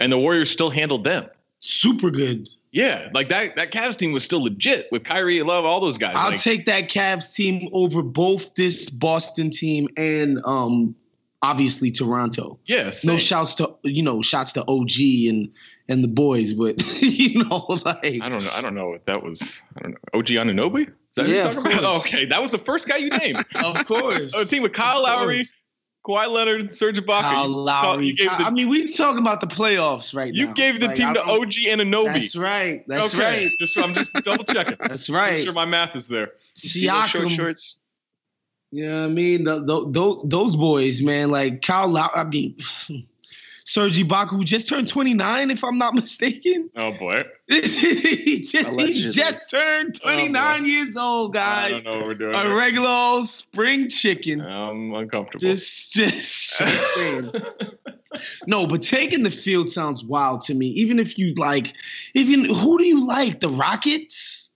Speaker 2: and the Warriors still handled them.
Speaker 10: Super good.
Speaker 2: Yeah, like that that Cavs team was still legit with Kyrie Love, all those guys.
Speaker 10: I'll
Speaker 2: Like,
Speaker 10: take that Cavs team over both this Boston team and um obviously Toronto.
Speaker 2: Yeah,
Speaker 10: No
Speaker 2: same.
Speaker 10: shouts to you know shots to OG and and the boys, but you know like
Speaker 2: I don't know. I don't know if that was. I don't know. OG Anunoby. Is that who
Speaker 10: Yeah,
Speaker 2: you're
Speaker 10: of
Speaker 2: talking about?
Speaker 10: course.
Speaker 2: okay, that was the first guy you named.
Speaker 10: of course.
Speaker 2: a team with Kyle Lowry, Kawhi Leonard, Serge Ibaka.
Speaker 10: Kyle
Speaker 2: You-
Speaker 10: Lowry.
Speaker 2: You gave
Speaker 10: Ky-
Speaker 2: the,
Speaker 10: I mean, we talking about the playoffs right
Speaker 2: you
Speaker 10: now.
Speaker 2: gave the
Speaker 10: Like, I
Speaker 2: team to
Speaker 10: don't-
Speaker 2: OG Anunoby.
Speaker 10: That's right. That's
Speaker 2: okay.
Speaker 10: right.
Speaker 2: Just I'm just double checking.
Speaker 10: That's right.
Speaker 2: Make sure my math is there.
Speaker 9: You see those short
Speaker 10: Siakam.
Speaker 9: shorts?
Speaker 10: You know what I mean? Th th- th- those boys, man, like Kyle Lowry, I mean, Serge Ibaka, who just turned 29, if I'm not mistaken.
Speaker 2: Oh boy.
Speaker 10: he, just, he
Speaker 9: Allegedly.
Speaker 10: just turned 29 years old,
Speaker 2: I
Speaker 10: guys.
Speaker 2: don't know what we're doing.
Speaker 10: A
Speaker 2: here.
Speaker 10: regular old spring chicken.
Speaker 2: I'm uncomfortable.
Speaker 10: Just, just, just saying. no, but taking the field sounds wild to me. Even if you like, even who do you like? The Rockets?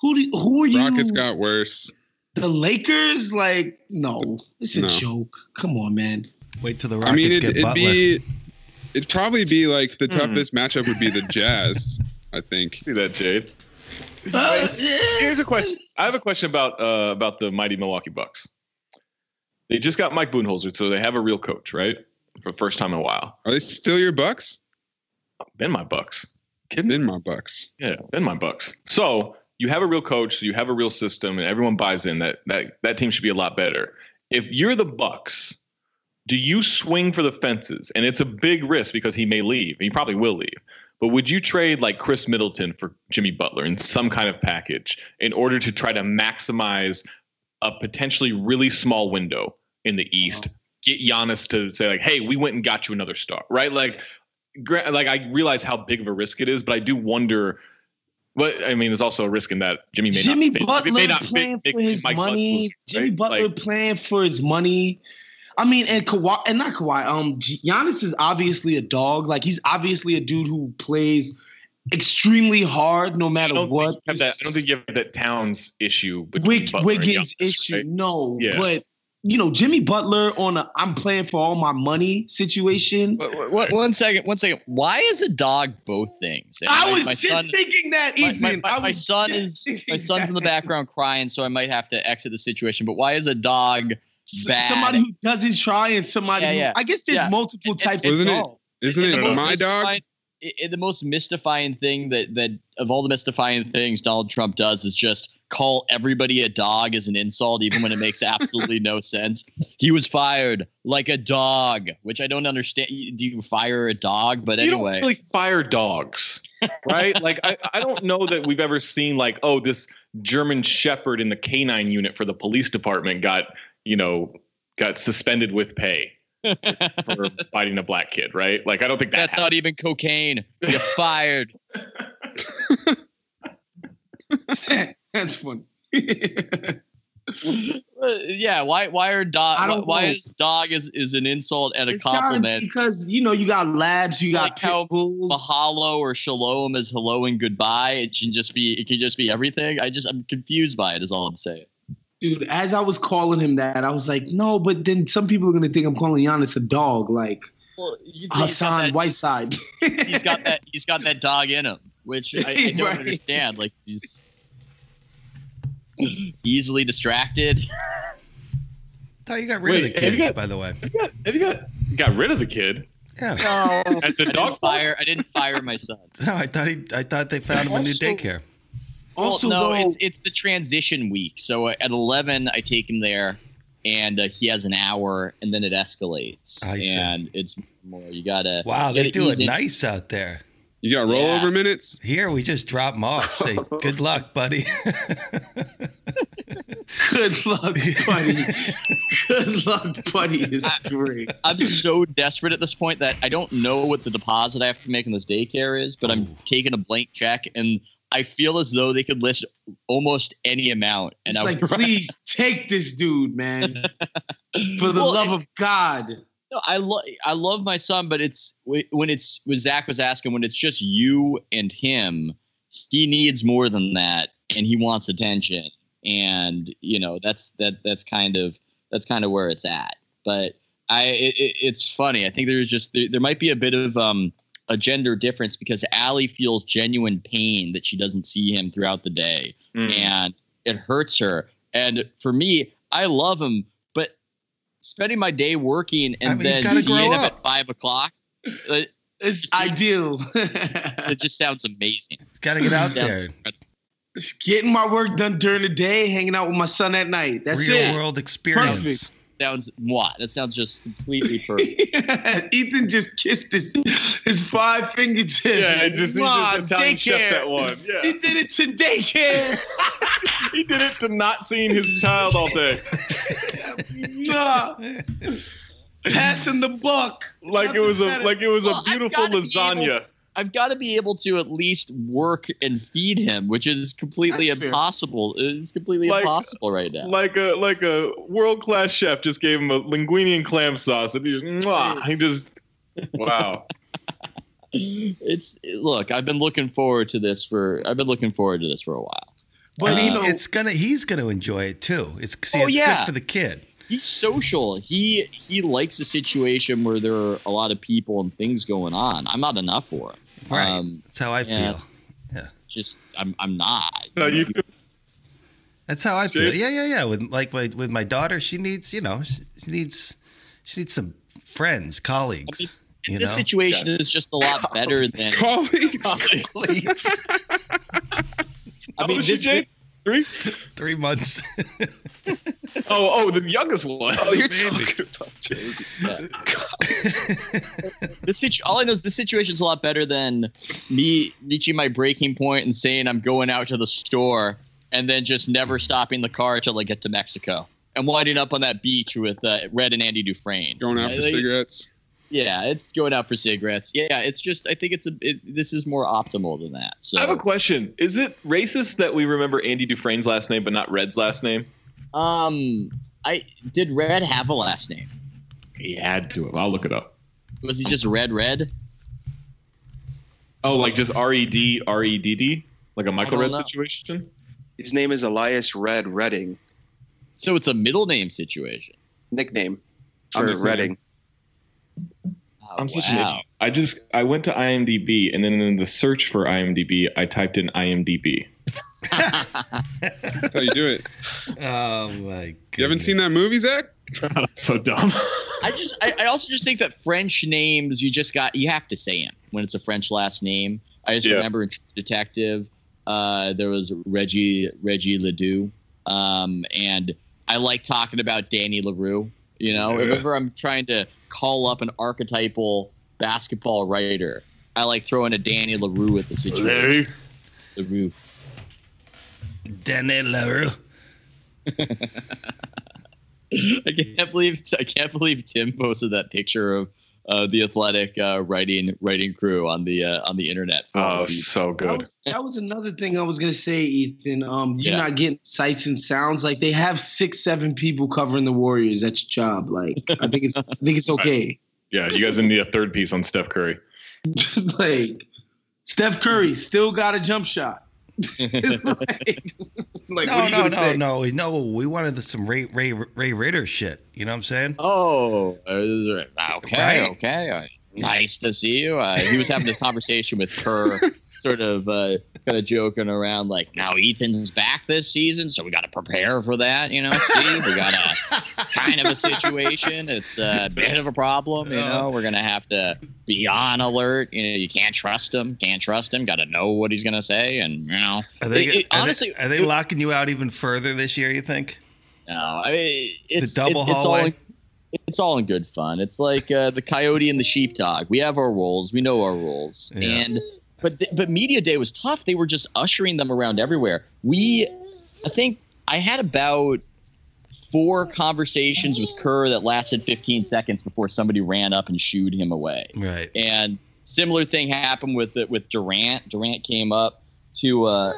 Speaker 10: Who do who are you?
Speaker 5: Rockets got worse.
Speaker 10: the Lakers? Like, no, it's a
Speaker 5: No.
Speaker 10: joke. Come on, man.
Speaker 4: Wait till the Rockets
Speaker 5: I mean, it,
Speaker 4: get
Speaker 5: it'd
Speaker 4: Butler.
Speaker 5: be it'd probably be like
Speaker 9: Hmm.
Speaker 5: the toughest matchup would be the Jazz. I think.
Speaker 2: See that, Jade.
Speaker 10: Uh,
Speaker 2: Here's a question. I have a question about uh, about the mighty Milwaukee Bucks. They just got Mike Boonholzer, so they have a real coach, right? For the first time in a while.
Speaker 5: Are they still your Bucks?
Speaker 2: Been my Bucks. Kidding?
Speaker 5: Been my Bucks.
Speaker 2: Yeah, been my Bucks. So you have a real coach, you have a real system, and everyone buys in that that that team should be a lot better. If you're the Bucks, do you swing for the fences? And it's a big risk because he may leave. He probably will leave. But would you trade like Chris Middleton for Jimmy Butler in some kind of package in order to try to maximize a potentially really small window in the East? Get Giannis to say like, "Hey, we went and got you another star," right? Like, gra- like I realize how big of a risk it is, but I do wonder. But I mean, there's also a risk in that Jimmy may
Speaker 10: Jimmy
Speaker 2: not fit-
Speaker 10: Butler
Speaker 2: may not fit
Speaker 10: playing
Speaker 2: Nick-
Speaker 10: for his
Speaker 2: Mike
Speaker 10: money.
Speaker 2: Budenholzer,
Speaker 10: Jimmy
Speaker 2: right?
Speaker 10: Butler
Speaker 2: Like,
Speaker 10: playing for his money. I mean, and Kawhi, and not Kawhi. Um, G- Giannis is obviously a dog. Like he's obviously a dude who plays extremely hard, no
Speaker 2: I
Speaker 10: matter
Speaker 2: don't,
Speaker 10: what.
Speaker 2: think you have that, I don't think you have that Towns issue. between
Speaker 10: Wig,
Speaker 2: Butler and
Speaker 10: Wiggins
Speaker 2: Giannis,
Speaker 10: issue.
Speaker 2: right?
Speaker 10: No,
Speaker 2: Yeah.
Speaker 10: but you know, Jimmy Butler on a I'm playing for all my money situation.
Speaker 7: Wha- wha- wha- one second, one second. Why is a dog both things? And
Speaker 10: I
Speaker 7: my-
Speaker 10: was
Speaker 7: my
Speaker 10: just
Speaker 7: son-
Speaker 10: thinking that,
Speaker 7: my-
Speaker 10: Ethan.
Speaker 7: my- my-
Speaker 10: I
Speaker 7: my
Speaker 10: was
Speaker 7: son
Speaker 10: just
Speaker 7: is-
Speaker 10: thinking
Speaker 7: My son's in the
Speaker 10: that.
Speaker 7: background crying, so I might have to exit the situation. But why is a dog
Speaker 10: S-
Speaker 7: bad?
Speaker 10: Somebody who doesn't try and somebody
Speaker 7: Yeah,
Speaker 10: who
Speaker 7: yeah.
Speaker 10: I guess there's
Speaker 7: Yeah.
Speaker 10: multiple
Speaker 7: And-
Speaker 10: types
Speaker 7: and-
Speaker 5: Isn't
Speaker 10: of
Speaker 5: it-
Speaker 10: dogs.
Speaker 5: Isn't
Speaker 7: and the
Speaker 5: it
Speaker 7: most
Speaker 5: my dog?
Speaker 7: mystifying- i- i- the most mystifying thing that that of all the mystifying things Donald Trump does is just call everybody a dog as an insult, even when it makes absolutely no sense. He was fired like a dog, which I don't understand. Do you fire a dog? But
Speaker 2: you
Speaker 7: anyway,
Speaker 2: don't really fire dogs, right? like I, I don't know that we've ever seen like, oh, this German Shepherd in the canine unit for the police department got, you know, got suspended with pay for biting a black kid, right? Like I don't think that
Speaker 7: that's not even cocaine. You're fired.
Speaker 10: That's funny.
Speaker 7: Uh, yeah, why why are dog
Speaker 10: I
Speaker 7: why,
Speaker 10: don't
Speaker 7: why
Speaker 10: know.
Speaker 7: is dog is, is an insult and a
Speaker 10: It's gotta be
Speaker 7: compliment?
Speaker 10: because you know you got labs, you got
Speaker 7: Like how
Speaker 10: pit bulls.
Speaker 7: Mahalo or shalom is hello and goodbye. It can just be it can just be everything. I just I'm confused by it. Is all I'm saying.
Speaker 10: Dude, as I was calling him that, I was like, no, but then some people are gonna think I'm calling Giannis a dog, like
Speaker 7: Well, you,
Speaker 10: Hassan
Speaker 7: He's got
Speaker 10: Whiteside.
Speaker 7: that, he's got that he's got that dog in him, which I, I don't
Speaker 10: Right.
Speaker 7: understand. Like he's easily distracted.
Speaker 4: thought you got rid
Speaker 2: Wait,
Speaker 4: of the
Speaker 2: have
Speaker 4: kid,
Speaker 2: you got-
Speaker 4: by the way.
Speaker 2: happens. Have you got got rid of the kid
Speaker 4: Yeah.
Speaker 2: at the
Speaker 7: I
Speaker 2: dog
Speaker 7: didn't
Speaker 2: park?
Speaker 7: fire. I didn't fire my son.
Speaker 4: No, I thought he. I thought they found him a new
Speaker 10: Also-
Speaker 4: daycare.
Speaker 10: also,
Speaker 7: well, no,
Speaker 10: though,
Speaker 7: it's it's the transition week. So at 11, I take him there, and uh, he has an hour, and then it escalates,
Speaker 4: I see.
Speaker 7: and it's more. You gotta
Speaker 4: Wow,
Speaker 7: you
Speaker 4: they
Speaker 7: gotta
Speaker 4: do it
Speaker 7: ease in-
Speaker 4: nice out there.
Speaker 5: You got rollover minutes.
Speaker 4: Here we just drop him off. Say good luck, buddy.
Speaker 10: good luck, buddy. good luck, buddy is great.
Speaker 7: I'm so desperate at this point that I don't know what the deposit I have to make on this daycare is, but I'm taking a blank check, and I feel as though they could list almost any amount, and
Speaker 10: It's
Speaker 7: I
Speaker 10: like,
Speaker 7: would-
Speaker 10: please take this dude, man, for the
Speaker 7: Well,
Speaker 10: love of God.
Speaker 7: No, I love I love my son, but it's when it's when Zach was asking when it's just you and him, he needs more than that, and he wants attention, and you know that's that that's kind of that's kind of where it's at. But I it, it- it's funny. I think there's just there, there might be a bit of um a gender difference because Allie feels genuine pain that she doesn't see him throughout the day,
Speaker 2: Mm.
Speaker 7: and it hurts her. And for me, I love him, but spending my day working and
Speaker 4: I mean, he's
Speaker 7: then
Speaker 4: gotta
Speaker 7: seeing
Speaker 4: grow
Speaker 7: him at
Speaker 4: up.
Speaker 7: five o'clock, it,
Speaker 10: It's ideal.
Speaker 7: it just sounds amazing.
Speaker 4: Got to get out
Speaker 7: Yeah.
Speaker 4: there.
Speaker 10: It's getting my work done during the day, hanging out with my son at night. That's
Speaker 4: Real
Speaker 10: it.
Speaker 4: world experience.
Speaker 10: Perfect.
Speaker 7: Sounds what? That sounds just completely perfect.
Speaker 10: Ethan just kissed his his five fingertips.
Speaker 2: Yeah, it just- he just
Speaker 10: Wow,
Speaker 2: Italian chef
Speaker 10: daycare.
Speaker 2: that one. Yeah.
Speaker 10: He did it to daycare.
Speaker 2: he did it to not seeing his child all day.
Speaker 10: nah. Passing the buck.
Speaker 2: Like it was a
Speaker 10: Nothing
Speaker 2: like it was a
Speaker 7: Well, I've
Speaker 2: beautiful
Speaker 7: gotta be able-
Speaker 2: lasagna.
Speaker 7: I've got to be able to at least work and feed him, which is completely
Speaker 10: That's fair.
Speaker 7: impossible. It's completely
Speaker 2: Like-
Speaker 7: impossible right now.
Speaker 2: Like a like a world class chef just gave him a linguine and clam sauce, and he just, mwah, he just wow.
Speaker 7: it's look. I've been looking forward to this for. I've been looking forward to this for a while.
Speaker 4: But
Speaker 7: Uh,
Speaker 4: he- it's gonna. He's gonna enjoy it too. It's see,
Speaker 7: Oh,
Speaker 4: it's
Speaker 7: yeah.
Speaker 4: good for the kid.
Speaker 7: He's social. He he likes a situation where there are a lot of people and things going on. I'm not enough for him.
Speaker 4: Right.
Speaker 7: Um,
Speaker 4: That's how I
Speaker 7: yeah.
Speaker 4: feel.
Speaker 7: just I'm I'm not.
Speaker 2: No, you feel
Speaker 4: That's how I feel.
Speaker 2: Jake?
Speaker 4: Yeah, yeah, yeah. With like my, with my daughter, she needs you know she, she needs she needs some friends, colleagues.
Speaker 7: I mean,
Speaker 4: you know,
Speaker 7: this situation is just a lot better than.
Speaker 5: Colleagues.
Speaker 7: I mean,
Speaker 2: was she,
Speaker 7: this,
Speaker 2: Jake? Three?
Speaker 4: three months.
Speaker 2: Oh, oh, the youngest one.
Speaker 9: Oh, you're talking about Josie.
Speaker 7: This situ- all I know is this situation's a lot better than me reaching my breaking point and saying I'm going out to the store and then just never stopping the car until I get to Mexico and winding up on that beach with uh, Red and Andy Dufresne.
Speaker 5: Going out
Speaker 7: Yeah,
Speaker 5: for
Speaker 7: like-
Speaker 5: cigarettes.
Speaker 7: Yeah, it's going out for cigarettes. Yeah, it's just I think it's a it, this is more optimal than that. So
Speaker 2: I have a question. Is it racist that we remember Andy Dufresne's last name but not Red's last name?
Speaker 7: um, I did Red have a last name?
Speaker 2: He had to. I'll look it up.
Speaker 7: Was he just Red Red?
Speaker 2: Oh, like just R E D R E D D, like a Michael
Speaker 7: don't
Speaker 2: Red
Speaker 7: know.
Speaker 2: situation.
Speaker 9: His name is Elias Red Redding.
Speaker 7: So it's a middle name situation.
Speaker 9: Nickname
Speaker 5: I'm
Speaker 9: for
Speaker 5: just
Speaker 9: Redding.
Speaker 7: Oh,
Speaker 2: I'm such an
Speaker 7: wow.
Speaker 2: idiot. I just I went to IMDb and then in the search for IMDb I typed in IMDb.
Speaker 5: That's how you do it.
Speaker 4: Oh my! Goodness.
Speaker 5: You haven't seen that movie, Zach?
Speaker 2: God, I'm so dumb.
Speaker 7: I just I, I also just think that French names you just got you have to say them when it's a French last name. I just
Speaker 2: Yeah.
Speaker 7: remember in True Detective, uh, there was Reggie Reggie Ledoux, um, and I like talking about Danny Larue. You know,
Speaker 5: Yeah.
Speaker 7: whenever I'm trying to call up an archetypal basketball writer, I like throwing a Danny Larue at the situation. LaRue.
Speaker 4: Danny LaRue.
Speaker 7: I can't believe I can't believe Tim posted that picture of uh, the athletic uh, writing writing crew on the uh, on the internet. for
Speaker 2: Oh,
Speaker 7: us.
Speaker 2: so
Speaker 10: That
Speaker 2: good.
Speaker 10: was, that was another thing I was gonna say, Ethan. Um, you're
Speaker 7: Yeah.
Speaker 10: not getting sights and sounds. Like they have six, seven people covering the Warriors. That's your job. Like I think it's, I think it's okay.
Speaker 2: Yeah, you guys need a third piece on Steph Curry.
Speaker 10: Just like Steph Curry still got a jump shot. like, like,
Speaker 4: no,
Speaker 10: what are you
Speaker 4: no,
Speaker 10: gonna
Speaker 4: no,
Speaker 10: say?
Speaker 4: no, no. We wanted some Ray Ray Ray Ritter shit. You know what I'm saying?
Speaker 7: Oh, uh, okay,
Speaker 4: Right?
Speaker 7: okay. Uh, Nice to see you. Uh, he was having a conversation with her, sort of uh, kind of joking around, like, now Ethan's back this season, so we got to prepare for that, you know. See, we got a kind of a situation. It's a bit of a problem, you know. We're gonna have to be on alert. You know, you can't trust him. Can't trust him. Got to know what he's gonna say, and you know,
Speaker 4: Are they,
Speaker 7: It- it-
Speaker 4: are they-
Speaker 7: honestly,
Speaker 4: are they
Speaker 7: it-
Speaker 4: locking you out even further this year? You think?
Speaker 7: no, I mean, it's
Speaker 4: double
Speaker 7: it- it's all
Speaker 4: hallway?
Speaker 7: in- it's all in good fun. It's like uh, the coyote and the sheepdog. We have our roles. We know our roles.
Speaker 4: Yeah.
Speaker 7: And but th- but media day was tough. They were just ushering them around everywhere. We, I think I had about four conversations with Kerr that lasted 15 seconds before somebody ran up and shooed him away.
Speaker 4: Right.
Speaker 7: And similar thing happened with with Durant. Durant came up to uh,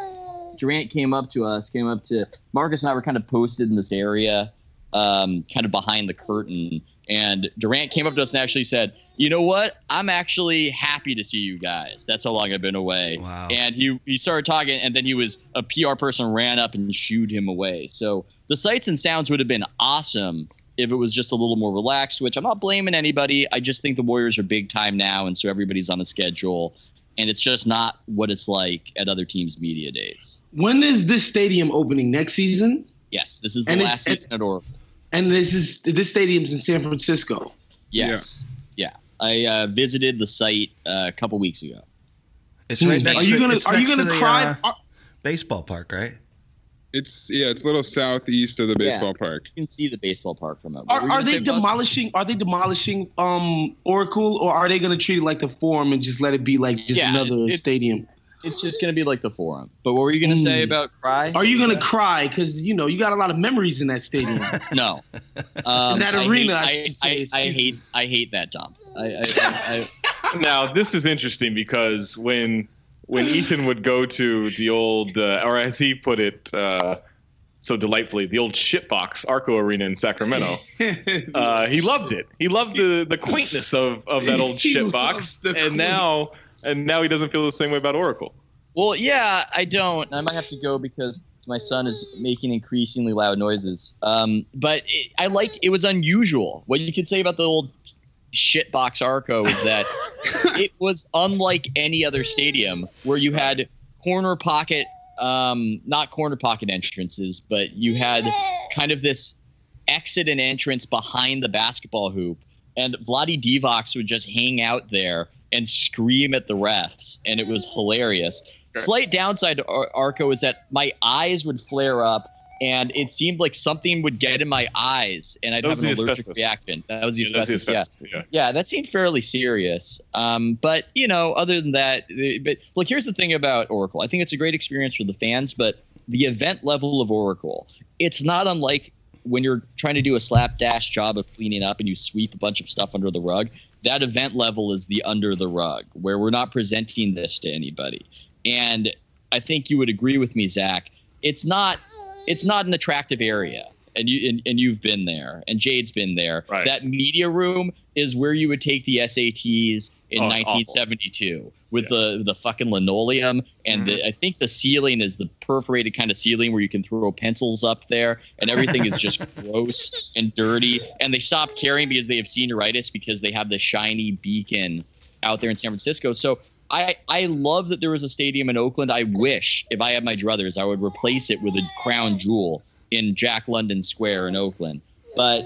Speaker 7: Durant came up to us, came up to Marcus and I were kind of posted in this area, um, kind of behind the curtain. And Durant came up to us and actually said, "You know what? I'm actually happy to see you guys. That's how long I've been away."
Speaker 4: Wow.
Speaker 7: And he he started talking, and then he was a PR person ran up and shooed him away. So the sights and sounds would have been awesome if it was just a little more relaxed, which I'm not blaming anybody. I just think the Warriors are big time now, and so everybody's on a schedule, and it's just not what it's like at other teams' media days.
Speaker 10: When is this stadium opening next season?
Speaker 7: Yes, this is the
Speaker 10: And it's-
Speaker 7: last season at Oracle.
Speaker 10: And this is this stadium's in San Francisco.
Speaker 7: Yes, yeah. I uh, visited the site uh, a couple weeks ago.
Speaker 4: It's right
Speaker 10: Hmm.
Speaker 4: next
Speaker 10: Are you
Speaker 4: to-
Speaker 10: gonna
Speaker 4: it's
Speaker 10: Are you
Speaker 4: next to
Speaker 10: gonna
Speaker 4: the,
Speaker 10: cry?
Speaker 4: uh,
Speaker 10: are-
Speaker 4: baseball park, right?
Speaker 5: It's yeah, it's a little southeast of the
Speaker 7: Yeah.
Speaker 5: baseball park.
Speaker 7: You can see the baseball park from up.
Speaker 10: Are, are they demolishing? Are they demolishing um Oracle, or are they going to treat it like the Forum and just let it be like just
Speaker 7: Yeah,
Speaker 10: another
Speaker 7: it-
Speaker 10: stadium?
Speaker 7: It's just going to be like the forum. But what were you going to say
Speaker 10: Mm.
Speaker 7: about Cry?
Speaker 10: Are you going to 'Cause cry? Because you know you got a lot of memories in that stadium.
Speaker 7: No. Um,
Speaker 10: In that
Speaker 7: I
Speaker 10: arena, I
Speaker 7: hate,
Speaker 10: should
Speaker 7: I,
Speaker 10: say,
Speaker 7: I, I
Speaker 10: excuse
Speaker 7: hate. I hate that dump. I, I, I,
Speaker 2: Now this is interesting because when when Ethan would go to the old, uh, or as he put it uh, so delightfully, the old shitbox Arco Arena in Sacramento, uh, he loved it. He loved the the quaintness of of that old
Speaker 10: He loves
Speaker 2: shitbox,
Speaker 10: the
Speaker 2: and now and now he doesn't feel the same way about Oracle.
Speaker 7: well, yeah, I don't. I might have to go because my son is making increasingly loud noises. Um, but it, I liked. It was unusual. What you could say about the old shitbox Arco is that it was unlike any other stadium where you had corner pocket, um, not corner pocket entrances, but you had kind of this exit and entrance behind the basketball hoop. And Vladi Divox would just hang out there and scream at the refs, and it was hilarious. Slight downside to Ar- Arco is that my eyes would flare up, and it seemed like something would get in my eyes, and I'd
Speaker 2: That was
Speaker 7: have an
Speaker 2: the
Speaker 7: allergic
Speaker 2: asbestos.
Speaker 7: reaction. That was the
Speaker 2: Yeah, that's the
Speaker 7: asbestos, yeah.
Speaker 2: asbestos, yeah.
Speaker 7: Yeah, that seemed fairly serious. Um, but you know, other than that, the- but look, here's the thing about Oracle. I think it's a great experience for the fans, but the event level of Oracle, it's not unlike when you're trying to do a slapdash job of cleaning up and you sweep a bunch of stuff under the rug. That event level is the under the rug, where we're not presenting this to anybody. And I think you would agree with me, Zach. It's not it's not an attractive area. And you and, and you've been there, and Jade's been there.
Speaker 2: Right.
Speaker 7: That media room is where you would take the SATs in
Speaker 2: Oh, it's awful.
Speaker 7: 1972 with the the fucking linoleum, and
Speaker 2: Mm-hmm.
Speaker 7: the, I think the ceiling is the perforated kind of ceiling where you can throw pencils up there, and everything is just gross and dirty. And they stopped caring because they have senioritis because they have the shiny beacon out there in San Francisco. So I, I love that there was a stadium in Oakland. I wish if I had my druthers, I would replace it with a crown jewel in Jack London Square in Oakland. But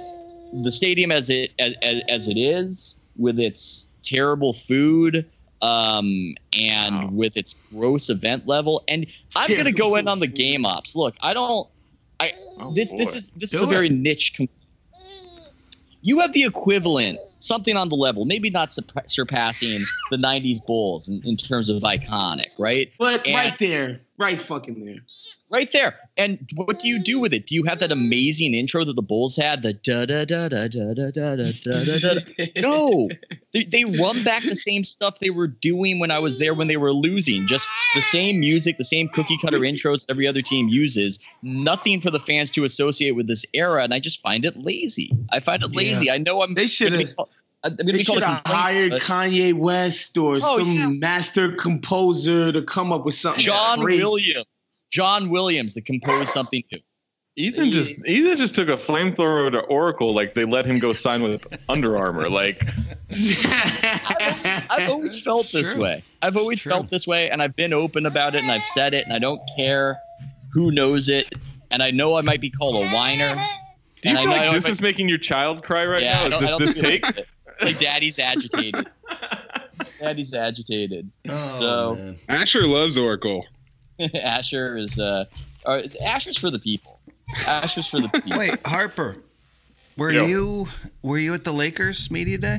Speaker 7: the stadium as it as, as, as it is, with its terrible food um, and
Speaker 2: Wow.
Speaker 7: with its gross event level, and I'm gonna go in on the game ops. Look, I don't. I
Speaker 2: Oh,
Speaker 7: this this
Speaker 2: boy.
Speaker 7: is this
Speaker 4: Do
Speaker 7: is a
Speaker 4: it.
Speaker 7: very niche. Com- you have the equivalent, something on the level, maybe not surpa- surpassing the '90s Bulls in, in terms of iconic, right?
Speaker 10: But
Speaker 7: And-
Speaker 10: right there, right fucking there.
Speaker 7: Right there. And what do you do with it? Do you have that amazing intro that the Bulls had? The da da da da da da da da da da. No, they, they run back the same stuff they were doing when I was there when they were losing. Just the same music, the same cookie cutter intros every other team uses. Nothing for the fans to associate with this era, and I just find it lazy. I find it lazy. I know I'm.
Speaker 10: They should
Speaker 7: gonna be
Speaker 10: have.
Speaker 7: called- I'm gonna
Speaker 10: They
Speaker 7: be called
Speaker 10: should
Speaker 7: a uh,
Speaker 10: have
Speaker 7: complaint,
Speaker 10: hired
Speaker 7: but
Speaker 10: Kanye West or
Speaker 7: Oh,
Speaker 10: some
Speaker 7: yeah.
Speaker 10: master composer to come up with something.
Speaker 7: John
Speaker 10: crazy.
Speaker 7: Williams. John Williams that composed something new.
Speaker 2: Ethan just Ethan just took a flamethrower to Oracle, like they let him go sign with Under Armour. Like
Speaker 7: I've always felt this
Speaker 4: true.
Speaker 7: way. I've always
Speaker 4: true.
Speaker 7: felt this way, and I've been open about it, and I've said it, and I don't care who knows it. And I know I might be called a whiner.
Speaker 2: Do you
Speaker 7: and
Speaker 2: feel
Speaker 7: I know
Speaker 2: like
Speaker 7: I
Speaker 2: this
Speaker 7: might-
Speaker 2: is making your child cry right
Speaker 7: yeah, I
Speaker 2: now?
Speaker 7: don't- I
Speaker 2: Is
Speaker 7: don't
Speaker 2: this this
Speaker 7: feel like
Speaker 2: take?
Speaker 7: it. Like daddy's agitated. daddy's agitated.
Speaker 4: Oh,
Speaker 7: So-
Speaker 4: man.
Speaker 5: Asher loves Oracle.
Speaker 7: Asher is uh, or it's Asher's for the people. Asher's for the people.
Speaker 4: wait, Harper, were
Speaker 2: Yo.
Speaker 4: you were you at the Lakers media day?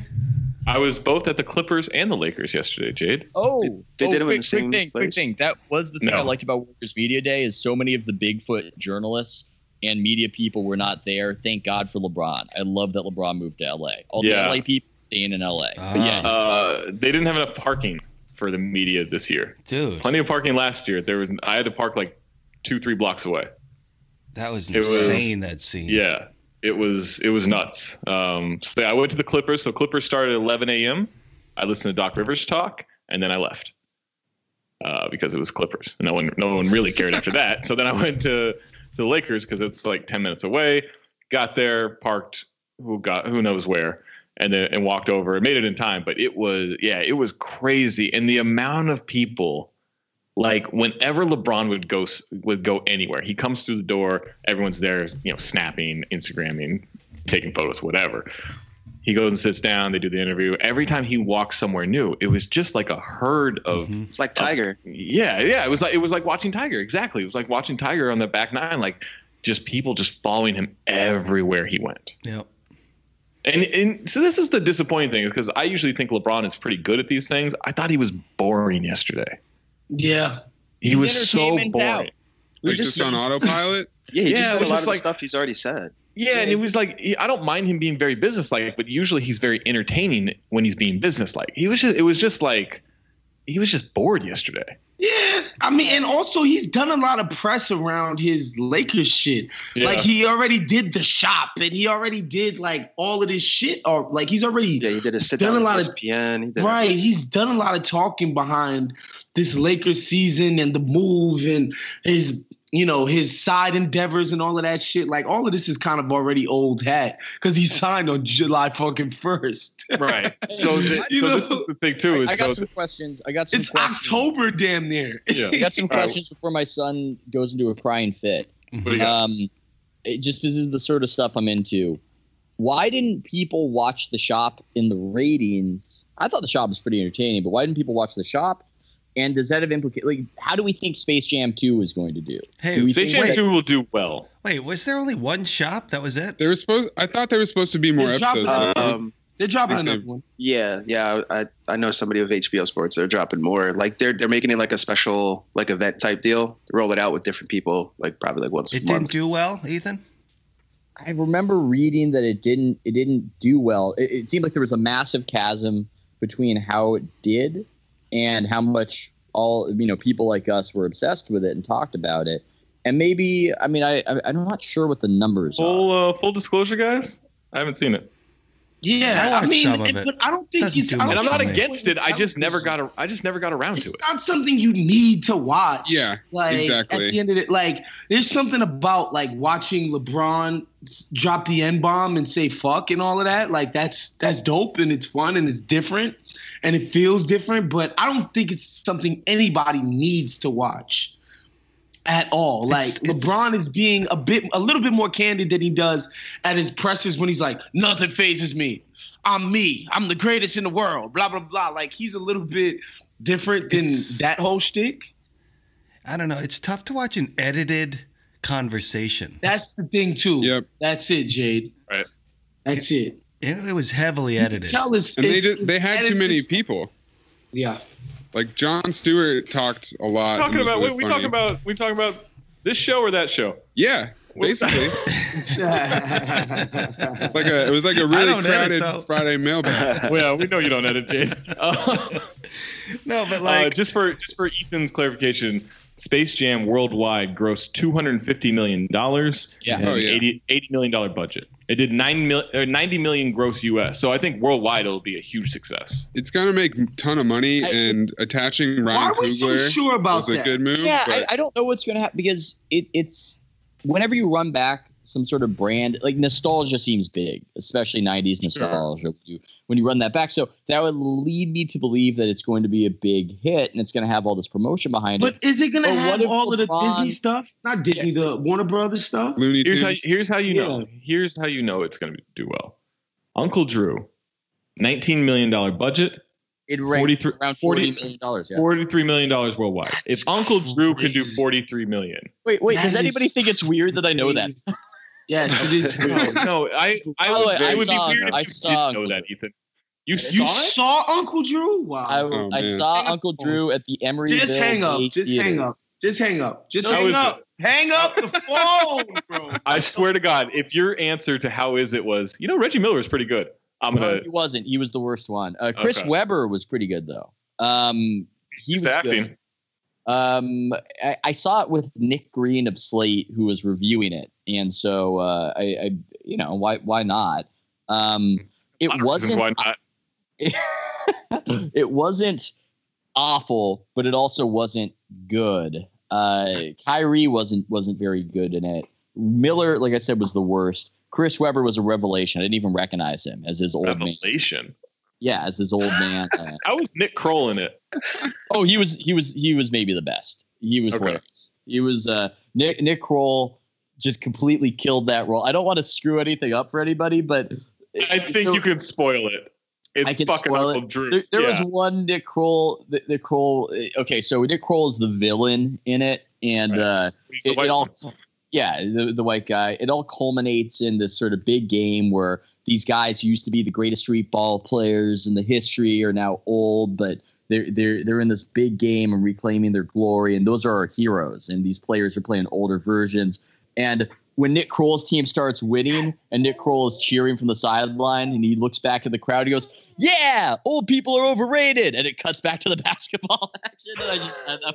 Speaker 2: I was both at the Clippers and the Lakers yesterday, Jade.
Speaker 7: Oh,
Speaker 9: They- they
Speaker 7: oh,
Speaker 9: did 'em in
Speaker 7: quick,
Speaker 9: the same
Speaker 7: quick thing,
Speaker 9: place.
Speaker 7: Quick thing. That was the thing
Speaker 2: No.
Speaker 7: I liked about Workers Media Day is so many of the Bigfoot journalists and media people were not there. Thank God for LeBron. I love that LeBron moved to LA. All
Speaker 2: Yeah.
Speaker 7: the LA people staying in LA.
Speaker 4: Ah, yeah,
Speaker 2: Uh, they didn't have enough parking for the media this year.
Speaker 4: dude,
Speaker 2: Plenty of parking last year. There was I had to park like two, three blocks away.
Speaker 4: that was
Speaker 2: it was-
Speaker 4: insane. that scene.
Speaker 2: Yeah, it was it was nuts. Um, so I went to the Clippers. So Clippers started at 11 a.m. I listened to Doc Rivers talk, and then I left uh, because it was Clippers. No one no one really cared after that. So then I went to to the Lakers because it's like 10 minutes away. Got there, parked, who got who knows where and then and walked over and made it in time but it was yeah it was crazy and the amount of people like whenever lebron would go s- would go anywhere he comes through the door everyone's there you know snapping instagramming taking photos whatever he goes and sits down they do the interview every time he walks somewhere new it was just like a herd of
Speaker 4: Mm-hmm.
Speaker 9: It's like Tiger.
Speaker 2: Oh. yeah, yeah. It was like it was like watching Tiger. Exactly. It was like watching Tiger on the back nine. Like just people just following him everywhere he went.
Speaker 4: Yep.
Speaker 2: And and so this is the disappointing thing is because I usually think LeBron is pretty good at these things. I thought he was boring yesterday.
Speaker 10: Yeah.
Speaker 2: He
Speaker 7: His
Speaker 2: was so boring.
Speaker 7: entertainment's out.
Speaker 9: We
Speaker 5: Like, just on autopilot.
Speaker 9: Yeah, he
Speaker 2: Yeah,
Speaker 9: just
Speaker 2: it
Speaker 9: said a
Speaker 2: was
Speaker 9: lot
Speaker 2: just
Speaker 9: of
Speaker 2: like-
Speaker 9: the stuff he's already said.
Speaker 2: Yeah, and it was like he- I don't mind him being very businesslike, but usually he's very entertaining when he's being businesslike. He was just it was just like he was just bored yesterday.
Speaker 10: Yeah, I mean, and also he's done a lot of press around his Lakers shit. Like
Speaker 2: Yeah.
Speaker 10: he already did the shop, and he already did like all of this shit. Or like he's already
Speaker 9: Yeah, he did a sit
Speaker 10: Done
Speaker 9: down
Speaker 10: a
Speaker 9: with E
Speaker 10: lot of-
Speaker 9: ESPN. He did
Speaker 10: right. He's done a lot of talking behind this Lakers season and the move and his you know his side endeavors and all of that shit. Like all of this is kind of already old hat because he signed on July fucking first.
Speaker 2: Right. So, th-
Speaker 10: You
Speaker 2: so
Speaker 10: know,
Speaker 2: this is the thing too. Is
Speaker 7: I got
Speaker 2: so
Speaker 7: some questions. I got some
Speaker 10: It's
Speaker 7: questions.
Speaker 10: October, damn near.
Speaker 2: yeah.
Speaker 7: I got some
Speaker 2: All right.
Speaker 7: questions before my son goes into a crying fit.
Speaker 2: What do you got?
Speaker 7: Um, it, just because this is the sort of stuff I'm into. Why didn't people watch the shop in the ratings? I thought the shop was pretty entertaining, but why didn't people watch the shop? And does that have implica Like, how do we think Space Jam 2 is going to do?
Speaker 4: Hey,
Speaker 7: Do we
Speaker 2: Space
Speaker 7: think
Speaker 2: Jam
Speaker 7: that-
Speaker 2: 2 will do well.
Speaker 4: wait, was there only one shop? That was it?
Speaker 5: They were supposed. I thought there was supposed to be more
Speaker 10: They're dropping-
Speaker 5: episodes.
Speaker 9: a-
Speaker 5: though.
Speaker 9: um,
Speaker 10: They're dropping
Speaker 5: Okay.
Speaker 10: another one.
Speaker 9: yeah, yeah. I I know somebody with HBO Sports. They're dropping more. Like they're they're making it like a special like event type deal. Roll it out with different people. Like probably like once
Speaker 4: It
Speaker 9: a month.
Speaker 4: didn't do well, Ethan.
Speaker 7: I remember reading that it didn't it didn't do well. It, it seemed like there was a massive chasm between how it did and how much all you know people like us were obsessed with it and talked about it. And maybe I mean I, I I'm not sure what the numbers are.
Speaker 2: Full uh, full disclosure, guys. I haven't seen it,
Speaker 4: I
Speaker 10: Yeah, I,
Speaker 4: watched
Speaker 10: mean,
Speaker 4: some of
Speaker 10: it-
Speaker 4: it.
Speaker 10: but I don't think
Speaker 4: Doesn't
Speaker 10: it's.
Speaker 4: do
Speaker 10: I don't
Speaker 2: and I'm not
Speaker 4: Okay.
Speaker 10: think it's
Speaker 2: against it. I just never
Speaker 10: television.
Speaker 2: got a, I just never got around to it.
Speaker 10: It's not something you need to watch.
Speaker 5: Yeah,
Speaker 10: like
Speaker 5: exactly.
Speaker 10: at the end of it, like there's something about like watching LeBron s- drop the n bomb and say fuck and all of that. Like that's that's dope and it's fun and it's different and it feels different. But I don't think it's something anybody needs to watch at all. Like
Speaker 4: it's-
Speaker 10: LeBron is being a bit a little bit more candid than he does at his pressers when he's like, nothing phases me. I'm me. I'm the greatest in the world. Blah blah blah. Like he's a little bit different than
Speaker 4: It's-
Speaker 10: that whole shtick.
Speaker 4: I don't know. It's tough to watch an edited conversation.
Speaker 10: That's the thing too.
Speaker 5: Yep.
Speaker 10: That's it, Jade.
Speaker 2: Right.
Speaker 10: That's it.
Speaker 4: It, it was heavily edited.
Speaker 10: Tell us.
Speaker 5: and they
Speaker 10: it's-
Speaker 5: just, they had
Speaker 10: it's-
Speaker 5: too many people.
Speaker 10: Yeah.
Speaker 5: Like John Stewart talked a lot.
Speaker 2: We're
Speaker 5: and
Speaker 2: talking
Speaker 5: was
Speaker 2: about
Speaker 5: really
Speaker 2: we
Speaker 5: funny.
Speaker 2: talking about we talking about this show or that show.
Speaker 5: Yeah, basically,
Speaker 10: yeah.
Speaker 5: like a it was like a
Speaker 4: I
Speaker 5: really
Speaker 4: don't
Speaker 5: crowded
Speaker 4: edit, though.
Speaker 5: Friday mailbag.
Speaker 2: well, we know you don't edit, Jade. Uh,
Speaker 4: no, but
Speaker 2: uh,
Speaker 4: like,
Speaker 2: just for just for Ethan's clarification, Space Jam worldwide grossed 250 million dollars.
Speaker 7: Yeah.
Speaker 5: Oh, yeah.
Speaker 2: 80, 80 million dollar budget. It did nine mil, or 90 million gross U.S. So I think worldwide it'll be a huge success.
Speaker 5: It's gonna make ton of money,
Speaker 7: I-
Speaker 5: and attaching
Speaker 10: Why
Speaker 5: Ryan
Speaker 10: are we so
Speaker 5: Coogler
Speaker 10: sure about
Speaker 5: was a
Speaker 10: that?
Speaker 5: good move.
Speaker 7: Yeah,
Speaker 5: but
Speaker 7: I, I don't know what's going to happen because it, it's whenever you run back some sort of brand like nostalgia seems big, especially '90s nostalgia when, you, when you run that back. So that would lead me to believe that it's going to be a big hit and it's going to have all this promotion behind it.
Speaker 10: But is it gonna
Speaker 7: But what
Speaker 10: have
Speaker 7: if
Speaker 10: all of the
Speaker 7: LeBron-
Speaker 10: Disney stuff? Not Disney, the Warner Brothers stuff.
Speaker 5: Looney
Speaker 2: here's
Speaker 5: Tunes.
Speaker 2: how here's how you know
Speaker 10: Yeah.
Speaker 2: here's how you know it's going to do well. Uncle Drew, 19 million dollar budget,
Speaker 7: It ranked
Speaker 2: 43
Speaker 7: around
Speaker 2: 40
Speaker 7: forty million dollars. Yeah.
Speaker 2: 43 million dollars worldwide.
Speaker 10: That's
Speaker 2: if Uncle Drew could do
Speaker 10: crazy.
Speaker 2: 43 million.
Speaker 7: Wait, wait.
Speaker 10: That
Speaker 7: does anybody
Speaker 10: is
Speaker 7: think it's weird that I know that?
Speaker 10: Yes, it is.
Speaker 2: No,
Speaker 10: weird.
Speaker 2: no, I I
Speaker 7: Oh,
Speaker 2: would,
Speaker 7: I
Speaker 2: it would
Speaker 7: saw-
Speaker 2: be weird if
Speaker 7: I
Speaker 2: you
Speaker 7: saw
Speaker 2: didn't know that, Ethan. You,
Speaker 10: you
Speaker 2: saw it?
Speaker 10: saw Uncle Drew? Wow.
Speaker 7: I,
Speaker 5: Oh,
Speaker 7: I
Speaker 5: man.
Speaker 7: saw
Speaker 10: Hang up
Speaker 7: Uncle
Speaker 10: the phone.
Speaker 7: Drew at the Emory.
Speaker 10: just hang up. Just hang up. Just hang up. Just
Speaker 2: How
Speaker 10: hang
Speaker 2: is
Speaker 10: up. Hang up the phone, bro.
Speaker 2: I swear to God, if your answer to how is it was, you know, Reggie Miller is pretty good. I'm
Speaker 7: No,
Speaker 2: gonna
Speaker 7: he wasn't. He was the worst one. Uh, Chris
Speaker 2: Okay.
Speaker 7: Webber was pretty good though. Um, he
Speaker 2: he's
Speaker 7: was
Speaker 2: acting.
Speaker 7: good. Um, I, I saw it with Nick Green of Slate, who was reviewing it, and so uh, I, I, you know, why why not? Um, it
Speaker 2: A lot of reasons
Speaker 7: wasn't.
Speaker 2: why not.
Speaker 7: it wasn't awful, but it also wasn't good. Uh, Kyrie wasn't wasn't very good in it. Miller, like I said, was the worst. Chris Webber was a revelation. I didn't even recognize him as his old man.
Speaker 2: Revelation.
Speaker 7: Yeah, as his old man. uh,
Speaker 2: How was Nick Kroll in it?
Speaker 7: Oh, he was he was he was maybe the best. He was
Speaker 2: Okay.
Speaker 7: hilarious. He was uh, Nick Nick Kroll just completely killed that role. I don't want to screw anything up for anybody, but
Speaker 2: I think
Speaker 7: so-
Speaker 2: you could spoil it. It's
Speaker 7: I can
Speaker 2: fucking
Speaker 7: spoil
Speaker 2: Uncle
Speaker 7: it.
Speaker 2: Drew.
Speaker 7: There, there
Speaker 2: yeah.
Speaker 7: was one Nick Kroll. The, the Kroll. eh, Okay, so Nick Kroll is the villain in it, and
Speaker 2: Right.
Speaker 7: uh,
Speaker 2: He's the
Speaker 7: it,
Speaker 2: white
Speaker 7: it all,
Speaker 2: one.
Speaker 7: yeah, the, the white guy. It all culminates in this sort of big game where these guys who used to be the greatest street ball players in the history are now old, but they're they're they're in this big game and reclaiming their glory, and those are our heroes. And these players are playing older versions, and when Nick Kroll's team starts winning and Nick Kroll is cheering from the sideline and he looks back at the crowd, he goes, "Yeah, old people are overrated," and it cuts back to the basketball action. And I just, I,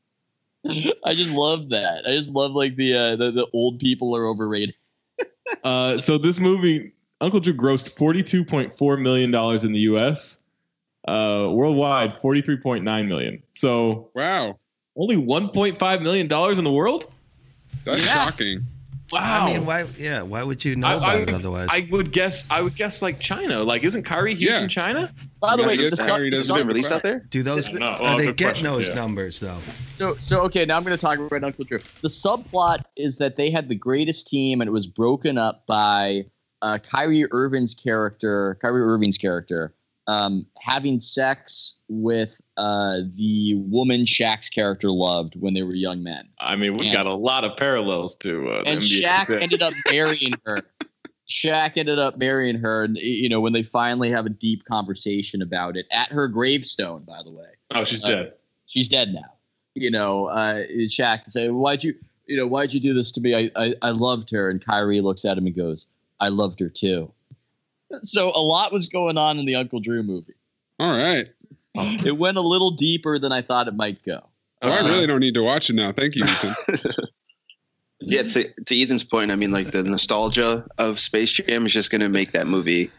Speaker 7: I just love that. I just love like the uh, the, the old people are overrated.
Speaker 11: Uh, so this movie, Uncle Drew, grossed forty-two point four million dollars in the U.S. Uh, worldwide, forty-three point nine million. So
Speaker 5: Wow,
Speaker 11: only one point five million dollars in the world.
Speaker 5: that's
Speaker 7: Yeah.
Speaker 5: shocking.
Speaker 2: Wow.
Speaker 4: I mean, why? Yeah, why would you know
Speaker 2: I-
Speaker 4: about
Speaker 2: I
Speaker 4: it
Speaker 2: would-
Speaker 4: otherwise?
Speaker 2: I would guess. I would guess like China. Like, isn't Kyrie huge
Speaker 5: Yeah.
Speaker 2: in China?
Speaker 7: By the
Speaker 5: Yeah,
Speaker 7: way,
Speaker 5: so
Speaker 7: the
Speaker 5: it's
Speaker 7: sun-
Speaker 5: Kyrie
Speaker 7: the
Speaker 5: doesn't
Speaker 7: sun-
Speaker 5: have
Speaker 9: been released out there?
Speaker 4: Do those?
Speaker 2: Yeah, no, well,
Speaker 4: are they
Speaker 2: good
Speaker 4: getting
Speaker 2: question,
Speaker 4: those
Speaker 2: yeah.
Speaker 4: numbers though?
Speaker 7: So, so okay, now I'm going to talk about Uncle Drew. The subplot is that they had the greatest team, and it was broken up by uh, Kyrie Irving's character, Kyrie Irving's character, um, having sex with uh, the woman Shaq's character loved when they were young men,
Speaker 2: I mean, we
Speaker 7: Yeah.
Speaker 2: got a lot of parallels to uh, the
Speaker 7: and
Speaker 2: NBA.
Speaker 7: Shaq ended up marrying her. Shaq ended up marrying her, and you know when they finally have a deep conversation about it at her gravestone, by the way
Speaker 2: oh,
Speaker 7: uh,
Speaker 2: she's dead.
Speaker 7: she's dead now. You know, uh, Shaq to say, why'd you, you know, why'd you do this to me? I, I, I loved her. And Kyrie looks at him and goes, I loved her too. So a lot was going on in the Uncle Drew movie.
Speaker 5: All right.
Speaker 7: It went a little deeper than I thought it might go.
Speaker 5: Well, I
Speaker 2: Uh-huh.
Speaker 5: really don't need to watch it now. Thank you, Ethan.
Speaker 9: Yeah, to, to Ethan's point, I mean, like the nostalgia of Space Jam is just going to make that movie.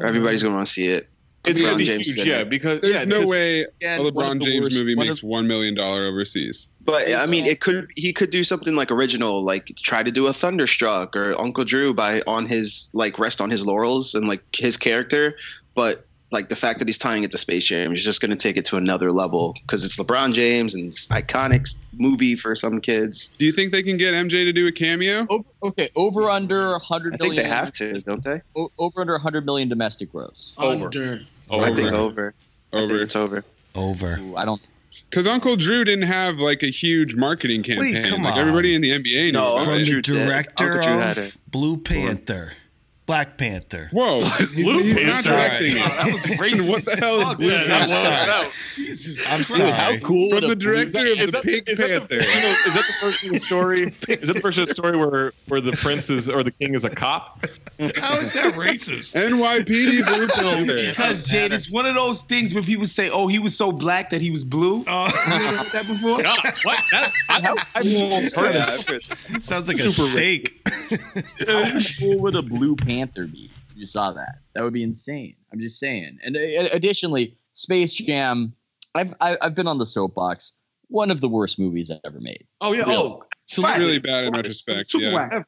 Speaker 9: Everybody's going to want to see it.
Speaker 2: It's gonna
Speaker 9: LeBron
Speaker 2: be
Speaker 9: James
Speaker 2: huge,
Speaker 9: did
Speaker 2: yeah.
Speaker 9: it.
Speaker 2: Because
Speaker 5: There's
Speaker 2: yeah,
Speaker 5: no
Speaker 2: because-
Speaker 5: way a
Speaker 7: Again, one of
Speaker 5: LeBron
Speaker 7: the
Speaker 5: James
Speaker 7: worst-
Speaker 5: movie
Speaker 7: one of-
Speaker 5: makes one million dollar overseas.
Speaker 9: But I mean, it could he could do something like original, like try to do a Thunderstruck or Uncle Drew by on his like rest on his laurels and like his character. But like the fact that he's tying it to Space Jam is just going to take it to another level because it's LeBron James and it's iconic movie for some kids.
Speaker 5: Do you think they can get MJ to do a cameo?
Speaker 7: Over, okay, over under 100
Speaker 9: I think they
Speaker 7: million-
Speaker 9: have to, don't they? Oh.
Speaker 7: o- over under 100 million domestic gross.
Speaker 2: Over.
Speaker 10: Under.
Speaker 9: I
Speaker 5: Over.
Speaker 9: think over. I think
Speaker 5: Over
Speaker 9: it's over.
Speaker 4: Over.
Speaker 7: Ooh, Oh, I don't.
Speaker 5: because Uncle Drew didn't have like a huge marketing
Speaker 4: Wait,
Speaker 5: campaign.
Speaker 4: come
Speaker 5: like
Speaker 4: on.
Speaker 5: everybody in the NBA.
Speaker 9: No,
Speaker 5: No,
Speaker 9: Uncle
Speaker 4: From the
Speaker 9: Drew did.
Speaker 4: director
Speaker 9: Uncle Drew had
Speaker 4: of
Speaker 9: it.
Speaker 4: Blue Panther, Black Panther.
Speaker 5: whoa, he's, he's not
Speaker 4: Sorry.
Speaker 5: directing
Speaker 4: Oh,
Speaker 5: it.
Speaker 2: was
Speaker 5: what the hell is Blue
Speaker 2: Yeah, that was,
Speaker 5: Panther?
Speaker 4: sorry.
Speaker 2: that was-
Speaker 4: I'm sorry.
Speaker 7: cool
Speaker 5: From the director of
Speaker 2: Is
Speaker 5: the
Speaker 2: that-
Speaker 5: Pink
Speaker 2: is that the-
Speaker 5: Panther.
Speaker 2: you know, is that the version of the story? Is that the version of the story where where the prince is or the king is a cop?
Speaker 12: How is that racist?
Speaker 5: NYPD Blue Panther.
Speaker 10: Because Jade, it's one of those things when people say, "Oh, he was so black that he was blue." You
Speaker 12: Uh,
Speaker 10: ever heard that before?
Speaker 2: God, what? That, I, I, I,
Speaker 4: Sounds like a steak.
Speaker 7: How cool would a Blue Panther be? If you saw that. That would be insane. I'm just saying. And uh, additionally, Space Jam. I've I- I've been on the soapbox. One of the worst movies I've ever made.
Speaker 2: oh yeah. Oh,
Speaker 5: It's
Speaker 10: Right.
Speaker 5: really bad in retrospect.
Speaker 10: Super
Speaker 5: Yeah.
Speaker 10: whack.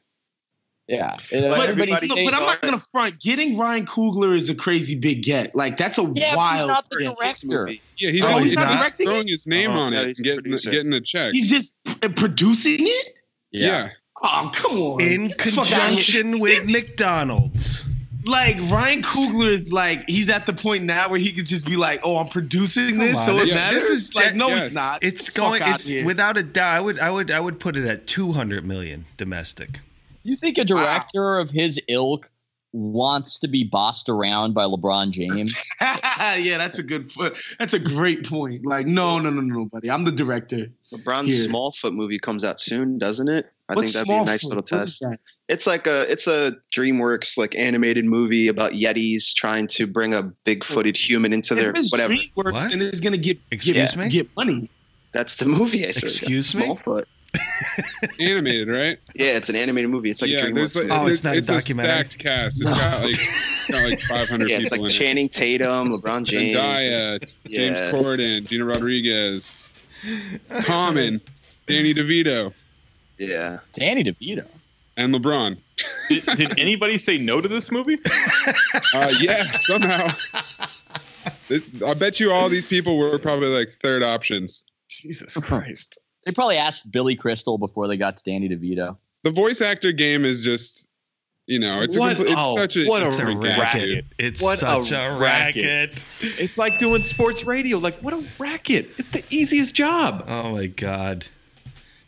Speaker 7: Yeah. Uh,
Speaker 10: But,
Speaker 7: everybody's
Speaker 10: look, but I'm not gonna front. Getting Ryan Coogler is a crazy big get. Like that's a
Speaker 7: yeah, but he's
Speaker 10: wild.
Speaker 7: not
Speaker 10: thing.
Speaker 7: the director.
Speaker 5: Yeah, he's,
Speaker 4: Oh,
Speaker 5: just-
Speaker 4: he's not
Speaker 5: just
Speaker 10: directing it?
Speaker 5: throwing his name
Speaker 9: Oh,
Speaker 5: on
Speaker 9: no,
Speaker 5: it,
Speaker 9: he's
Speaker 5: and
Speaker 9: a
Speaker 5: getting
Speaker 9: producer.
Speaker 5: getting a check.
Speaker 10: He's just p- producing it.
Speaker 5: yeah.
Speaker 10: Oh come on!
Speaker 4: In
Speaker 10: Get the fuck outta here.
Speaker 4: conjunction with McDonald's.
Speaker 10: like Ryan Coogler is like he's at the point now where he could just be like, "Oh, I'm producing this,
Speaker 4: on,
Speaker 10: so it
Speaker 4: this-
Speaker 10: matters."
Speaker 4: this is
Speaker 10: like,
Speaker 4: de-
Speaker 10: no,
Speaker 5: yes.
Speaker 10: it's not.
Speaker 4: It's
Speaker 10: Fuck
Speaker 4: going.
Speaker 10: outta
Speaker 4: It's
Speaker 10: here.
Speaker 4: without a doubt. I would. I would. I would put it at two hundred million domestic.
Speaker 7: You think
Speaker 10: Ah.
Speaker 7: a director of his ilk wants to be bossed around by LeBron James?
Speaker 10: yeah, that's a good. fo- That's a great point. Like, no, no, no, no, no, buddy. I'm the director.
Speaker 9: LeBron's
Speaker 10: Yeah.
Speaker 9: Smallfoot movie comes out soon, doesn't it? I
Speaker 10: What's
Speaker 9: think that'd be a
Speaker 10: Smallfoot?
Speaker 9: nice little
Speaker 10: What is
Speaker 9: test.
Speaker 10: that?
Speaker 9: It's like a it's a DreamWorks like animated movie about Yetis trying to bring a
Speaker 10: Hmm.
Speaker 9: big-footed human into their
Speaker 10: If it's
Speaker 9: whatever.
Speaker 10: DreamWorks,
Speaker 4: What?
Speaker 10: then it's gonna get
Speaker 4: Excuse
Speaker 10: get,
Speaker 4: me?
Speaker 10: get money.
Speaker 9: That's the movie. I swear to God.
Speaker 4: Excuse me?
Speaker 9: Smallfoot.
Speaker 5: animated, right?
Speaker 9: Yeah, it's an animated movie. It's like
Speaker 5: yeah,
Speaker 9: a
Speaker 5: there's
Speaker 9: DreamWorks
Speaker 5: like,
Speaker 9: movie.
Speaker 4: Oh,
Speaker 5: there's-
Speaker 4: it's not a documentary?
Speaker 5: stacked cast. It's got like got like 500
Speaker 9: yeah, it's
Speaker 5: people
Speaker 9: like
Speaker 5: in it.
Speaker 9: Channing Tatum, LeBron James,
Speaker 5: Zendaya, James
Speaker 9: yeah.
Speaker 5: Corden, Gina Rodriguez, Common, Danny DeVito.
Speaker 9: Yeah,
Speaker 7: Danny DeVito.
Speaker 5: and LeBron.
Speaker 2: did, did anybody say no to this movie?
Speaker 5: Uh, yeah, somehow. This- I bet you all these people were probably like third options.
Speaker 2: Jesus Christ.
Speaker 7: They probably asked Billy Crystal before they got to Danny DeVito.
Speaker 5: The voice actor game is just, you know, it's
Speaker 2: What-
Speaker 5: a compl- it's
Speaker 2: oh,
Speaker 5: such a
Speaker 2: what a
Speaker 5: it's
Speaker 2: racket. It's What such a a racket. racket. It's like doing sports radio. Like, what a racket. It's the easiest job.
Speaker 4: Oh my god,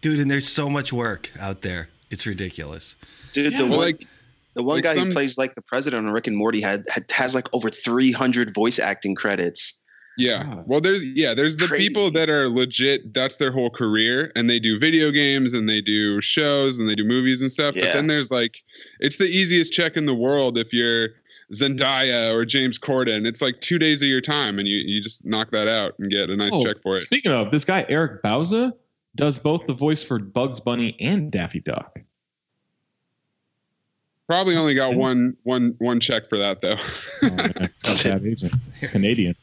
Speaker 4: dude! And there's so much work out there. It's ridiculous.
Speaker 9: Dude,
Speaker 4: Yeah,
Speaker 9: the
Speaker 4: well,
Speaker 9: one
Speaker 4: like-
Speaker 9: the one
Speaker 4: like
Speaker 9: guy
Speaker 4: some-
Speaker 9: who plays like the president on Rick and Morty had, had has like over 300 voice acting credits.
Speaker 5: Yeah. Well, there's yeah, there's the people that are legit. That's their whole career, and they do video games, and they do shows, and they do movies and stuff. But
Speaker 9: Yeah.
Speaker 5: then there's like, it's the easiest check in the world if you're Zendaya or James Corden. It's like two days of your time, and you you just knock that out and get a nice
Speaker 11: Oh,
Speaker 5: check for it.
Speaker 11: Speaking of, this guy Eric Bauza does both the voice for Bugs Bunny and Daffy Duck.
Speaker 5: Probably only got one one one check for that though.
Speaker 11: Canadian.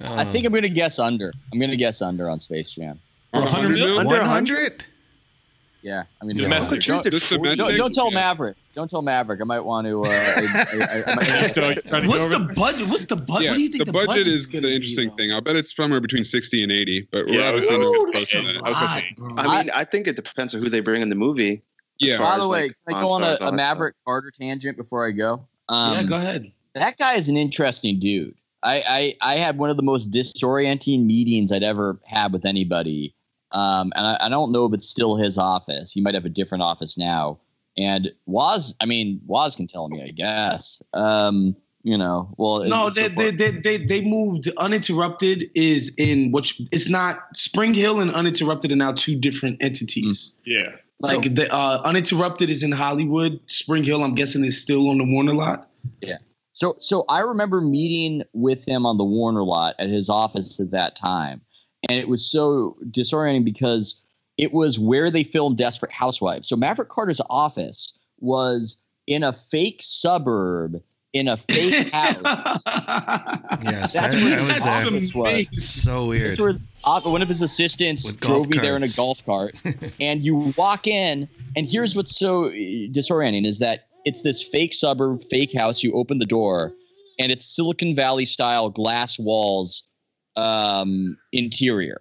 Speaker 7: I
Speaker 4: Hmm.
Speaker 7: think I'm going to guess under. I'm going to guess under on Space Jam.
Speaker 5: On 100 mil? Under
Speaker 4: 100?
Speaker 7: Yeah, I mean,
Speaker 4: Domestic?
Speaker 7: Don't,
Speaker 4: Just
Speaker 7: don't,
Speaker 4: domestic?
Speaker 7: don't tell
Speaker 4: Yeah.
Speaker 7: Maverick. Don't tell Maverick. I might want to. Uh, I, I, I, I might-
Speaker 10: What's the budget? What's the budget?
Speaker 5: yeah,
Speaker 10: what do you think
Speaker 5: the
Speaker 10: the
Speaker 5: budget
Speaker 10: budget's
Speaker 5: is the interesting thing. I'll bet it's somewhere between sixty and eighty, but we're
Speaker 9: Yeah,
Speaker 5: obviously
Speaker 9: ooh,
Speaker 5: not gonna
Speaker 9: that's
Speaker 5: close on
Speaker 9: a
Speaker 5: that.
Speaker 9: I was gonna say, I mean, I think it depends on who they bring in the movie. as far
Speaker 7: By the
Speaker 9: as,
Speaker 7: way,
Speaker 9: like,
Speaker 7: can I go on a,
Speaker 9: monsters, all
Speaker 7: a
Speaker 9: that
Speaker 7: Maverick Carter tangent before I go? Um,
Speaker 10: Yeah, go ahead.
Speaker 7: That guy is an interesting dude. I, I, I had one of the most disorienting meetings I'd ever had with anybody. Um, and I, I don't know if it's still his office. He might have a different office now. And Waz, I mean, Waz can tell me, I guess. Um, you know, well,
Speaker 10: No,
Speaker 7: it's-
Speaker 10: they, they, they, they, they moved. Uninterrupted is in which it's not Spring Hill and Uninterrupted are now two different
Speaker 5: Mm.
Speaker 10: entities.
Speaker 2: Yeah.
Speaker 10: Like the uh, Uninterrupted is in Hollywood. Spring Hill, I'm guessing, is still on the Warner lot.
Speaker 7: Yeah. So so I remember meeting with him on the Warner lot at his office at that time. And it was so disorienting because it was where they filmed Desperate Housewives. So Maverick Carter's office was in a fake suburb in a fake house. That's
Speaker 4: Yes, that-
Speaker 7: where
Speaker 4: I
Speaker 7: his
Speaker 4: was there.
Speaker 7: office was.
Speaker 4: So weird.
Speaker 7: That's where his, uh, one of his assistants
Speaker 4: With golf
Speaker 7: drove me there in a golf cart, and you walk in, and here's what's so uh, disorienting is that it's this fake suburb, fake house. You open the door, and it's Silicon Valley style glass walls, um, interior,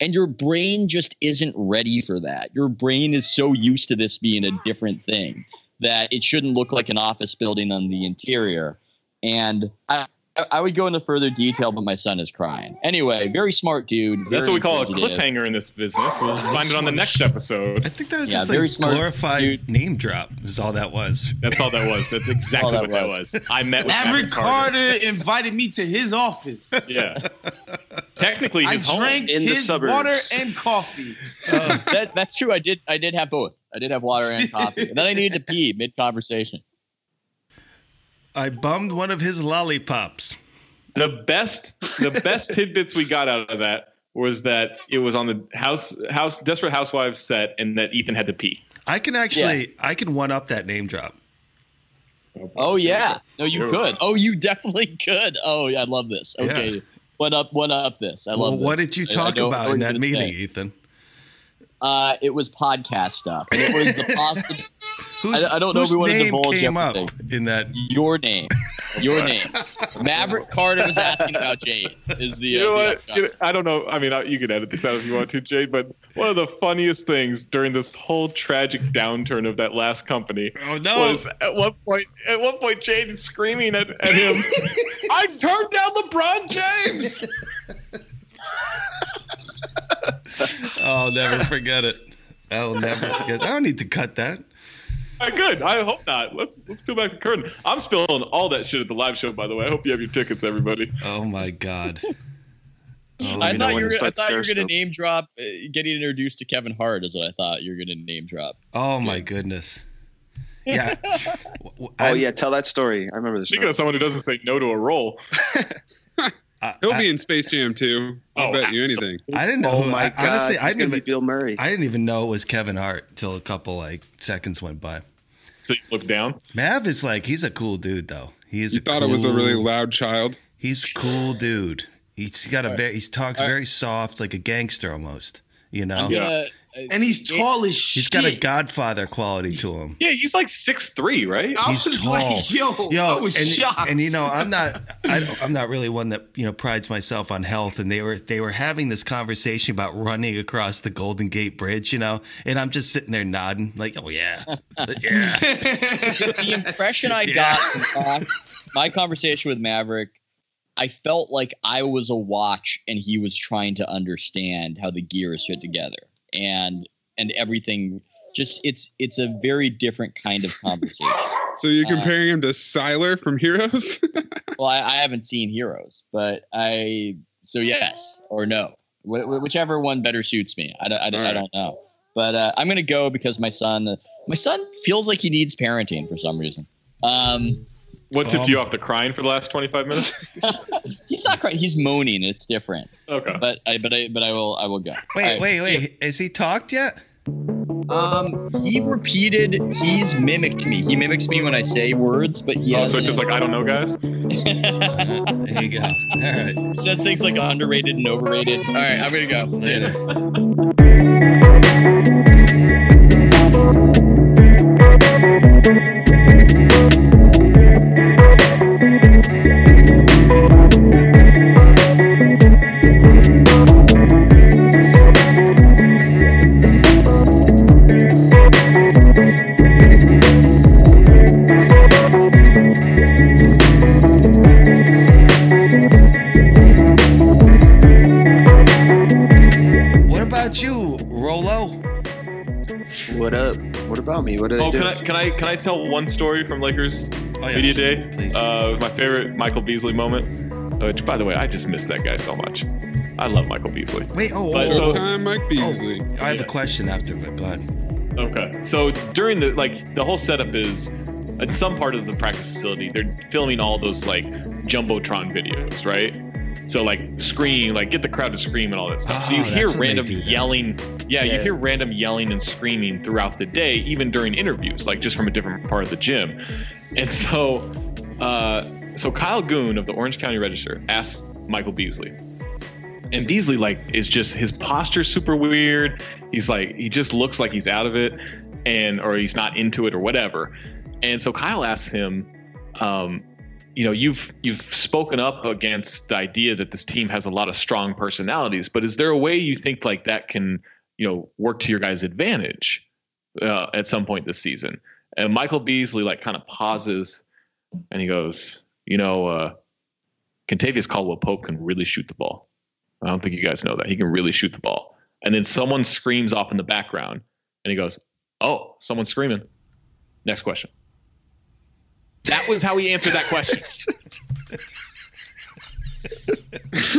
Speaker 7: and your brain just isn't ready for that. Your brain is so used to this being a different thing that it shouldn't look like an office building on the interior. And I, I would go into further detail, but my son is crying. Anyway, very smart dude.
Speaker 2: That's
Speaker 7: very
Speaker 2: what we call a
Speaker 7: inquisitive.
Speaker 2: cliffhanger in this business. We'll find it on the next episode. I
Speaker 4: think that
Speaker 7: was Yeah, just, like, very smart
Speaker 4: glorified name drop is all that was.
Speaker 2: That's all that was. That's exactly
Speaker 4: All that
Speaker 2: what that was. I met with
Speaker 10: Maverick
Speaker 2: Maverick Carter.
Speaker 10: Carter invited me to his office.
Speaker 2: Yeah. Technically,
Speaker 10: I
Speaker 2: his home
Speaker 10: drank his water and coffee.
Speaker 7: that, that's true. I did. I did have both. I did have water and coffee, and then I needed to pee mid conversation.
Speaker 4: I bummed one of his lollipops.
Speaker 2: the best the best tidbits we got out of that was that it was on the house house desperate housewives set and that ethan had to pee
Speaker 4: I can actually, I can one up that name drop.
Speaker 7: Oh yeah. No, you
Speaker 4: Here we
Speaker 7: could. Oh, you definitely could. Oh yeah, I love this. Okay. One up. One up. This. I love.
Speaker 4: well, what
Speaker 7: this.
Speaker 4: did you
Speaker 7: I- I
Speaker 4: talk
Speaker 7: know- I know
Speaker 4: about
Speaker 7: what
Speaker 4: in
Speaker 7: you're
Speaker 4: that
Speaker 7: gonna
Speaker 4: meeting,
Speaker 7: say.
Speaker 4: Ethan?
Speaker 7: Uh, it was podcast stuff. And it was the positive.
Speaker 4: Whose-
Speaker 7: I, I don't know if we
Speaker 4: whose
Speaker 7: want to
Speaker 4: name
Speaker 7: divulge
Speaker 4: came up
Speaker 7: everything.
Speaker 4: in that?
Speaker 7: Your name. Your name. Maverick Carter was asking about Jade. Is the
Speaker 2: you know
Speaker 7: uh, the
Speaker 2: what?
Speaker 7: upshot.
Speaker 2: You know- I don't know. I mean, I- you can edit this out if you want to, Jade. But one of the funniest things during this whole tragic downturn of that last company
Speaker 4: oh, no.
Speaker 2: was at one point. At one point, Jade is screaming at, at him. I turned down LeBron James.
Speaker 4: I'll never forget it. I'll never forget. I don't need to cut that.
Speaker 2: All right, Uh, good. I hope not. Let's let's peel back the curtain. I'm spilling all that shit at the live show. By the way, I hope you have your tickets, everybody.
Speaker 4: Oh my god. Oh,
Speaker 7: I thought, you were, I thought you were going to name drop uh, getting introduced to Kevin Hart is what I thought you were going to name drop.
Speaker 4: Oh my goodness. Yeah. oh
Speaker 9: Oh yeah, tell that story. I remember this.
Speaker 2: Speaking of someone who doesn't say no to a role,
Speaker 5: He'll be in Space Jam too. I'll
Speaker 2: Oh,
Speaker 5: bet you anything.
Speaker 4: I didn't know.
Speaker 9: Oh
Speaker 4: who-
Speaker 9: my
Speaker 4: I,
Speaker 9: God,
Speaker 4: Honestly, I
Speaker 9: he's gonna
Speaker 4: didn't
Speaker 9: be
Speaker 4: even,
Speaker 9: Bill Murray.
Speaker 4: I didn't even know it was Kevin Hart till a couple like seconds went by.
Speaker 2: so you look down.
Speaker 4: Mav is like he's a cool dude though. He is.
Speaker 5: You
Speaker 4: a
Speaker 5: thought it was a really
Speaker 4: cool-
Speaker 5: loud child.
Speaker 4: He's a cool dude. He's got a very. He talks very soft, like a gangster almost. You know.
Speaker 7: I'm gonna, uh,
Speaker 10: and he's tall as shit.
Speaker 4: He's got a Godfather quality to him.
Speaker 2: Yeah, he's like six three, right?
Speaker 4: He's tall. yo, and, and you know, I'm not, I, don't- I'm not really one that you know prides myself on health. And they were, they were having this conversation about running across the Golden Gate Bridge, you know, and I'm just sitting there nodding, like, oh yeah, yeah.
Speaker 7: the impression I got from Doc, my conversation with Maverick, I felt like I was a watch and he was trying to understand how the gear is fit together and and everything. Just it's it's a very different kind of conversation.
Speaker 5: So you're
Speaker 7: Uh,
Speaker 5: comparing him to Siler from Heroes?
Speaker 7: well, I, I haven't seen Heroes, but I so yes or no, Wh- wh- whichever one better suits me. I, don't- I, don't- I don't know, but uh, I'm gonna go because my son, uh, my son feels like he needs parenting for some reason. Um,
Speaker 2: What tipped you off to crying for the last 25 minutes?
Speaker 7: he's not crying. He's moaning. It's different.
Speaker 2: Okay,
Speaker 7: but I but I but I will I will go.
Speaker 4: Wait,
Speaker 7: All right.
Speaker 4: wait, wait. Has he talked yet?
Speaker 7: Um, he repeated. He's mimicked me. He mimics me when I say words, but he.
Speaker 2: Oh,
Speaker 7: has-
Speaker 2: so it's just like, I don't know, guys?
Speaker 4: Uh-huh. there you go. All right.
Speaker 7: He says things like underrated and overrated. All right, I'm gonna go later.
Speaker 4: What about you, Rolo? Oh,
Speaker 9: What up? What about me? What did
Speaker 2: Oh,
Speaker 9: I do?
Speaker 2: can I can I can I tell one story from Lakers
Speaker 4: yes.
Speaker 2: media day? Uh, it was my favorite Michael Beasley moment. Which, by the way, I just miss that guy so much. I love Michael Beasley.
Speaker 4: Wait, oh,
Speaker 2: But
Speaker 4: oh,
Speaker 2: so-
Speaker 4: oh,
Speaker 5: Mike
Speaker 4: Beasley. I have a question after, but go ahead.
Speaker 2: Okay. So during the like the whole setup is in some part of the practice facility, they're filming all those like jumbotron videos, right? So like scream, like get the crowd to scream and all that stuff. so
Speaker 13: Oh,
Speaker 2: you
Speaker 13: that's
Speaker 2: hear
Speaker 13: when they
Speaker 2: random
Speaker 13: do that.
Speaker 2: yelling. Yeah, you
Speaker 13: Yeah.
Speaker 2: hear random yelling and screaming throughout the day, even during interviews, like just from a different part of the gym. And so uh so Kyle Goon of the Orange County Register asked Michael Beasley, and Beasley like is just his posture's super weird. He's like he just looks like he's out of it, and or he's not into it or whatever. And so Kyle asks him, um, you know, you've you've spoken up against the idea that this team has a lot of strong personalities, but is there a way you think like that can you know work to your guys' advantage uh, at some point this season? And Michael Beasley like kind of pauses, and he goes, you know, uh, Contavious Caldwell Pope can really shoot the ball. I don't think you guys know that. He can really shoot the ball. And then someone screams off in the background and he goes, Oh, someone's screaming. Next question. That was how he answered that question.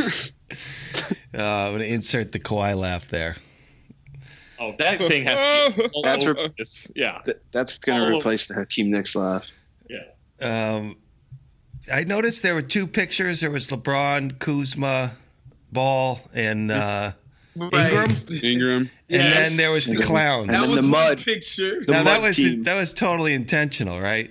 Speaker 4: Uh, I'm going to insert the Kawhi laugh there.
Speaker 2: Oh, that thing has to be all
Speaker 9: That's
Speaker 2: over
Speaker 9: re-
Speaker 2: this. Yeah.
Speaker 9: That's gonna
Speaker 2: Oh.
Speaker 9: replace the Hakeem Nicks laugh.
Speaker 2: Yeah.
Speaker 4: Um, I noticed there were two pictures. There was LeBron, Kuzma, Ball, and uh, Ingram.
Speaker 5: Ingram.
Speaker 4: And then there was the clown.
Speaker 9: And then the mud.
Speaker 10: picture.
Speaker 9: The
Speaker 4: now that
Speaker 9: mud
Speaker 4: was
Speaker 9: team.
Speaker 4: that was totally intentional, right?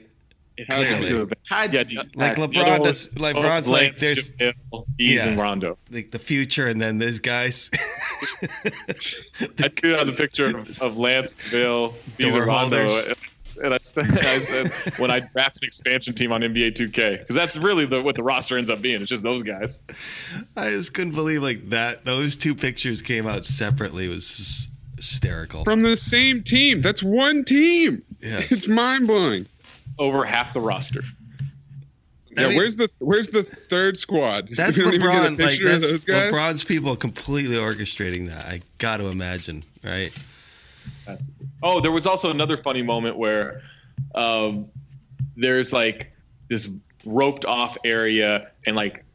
Speaker 4: Clearly, like
Speaker 2: The other
Speaker 4: LeBron
Speaker 2: one
Speaker 4: does.
Speaker 2: was
Speaker 4: Like
Speaker 2: Pope,
Speaker 4: LeBron's like
Speaker 2: Oh, Lance,
Speaker 4: there's
Speaker 2: Jamil, Bees and Rondo.
Speaker 4: like the future, and then these guys.
Speaker 2: I drew out the picture of, of Lance Bill, Bees
Speaker 4: Door
Speaker 2: and Rondo.
Speaker 4: holders.
Speaker 2: And I, said, I said, when I draft an expansion team on NBA 2K, because that's really the, what the roster ends up being. It's just those guys.
Speaker 4: I just couldn't believe like that. Those two pictures came out separately. It was hys- hysterical.
Speaker 5: From the same team. That's one team.
Speaker 4: Yes.
Speaker 5: It's mind blowing.
Speaker 2: Over half the roster.
Speaker 5: Yeah,
Speaker 4: I mean-
Speaker 5: where's the where's the third squad?
Speaker 4: That's
Speaker 5: We don't even get a
Speaker 4: LeBron. Like
Speaker 5: picture of
Speaker 4: that's
Speaker 5: those guys?
Speaker 4: LeBron's people completely orchestrating that. I got to imagine, right?
Speaker 2: Oh, there was also another funny moment where um, there's like this roped off area and like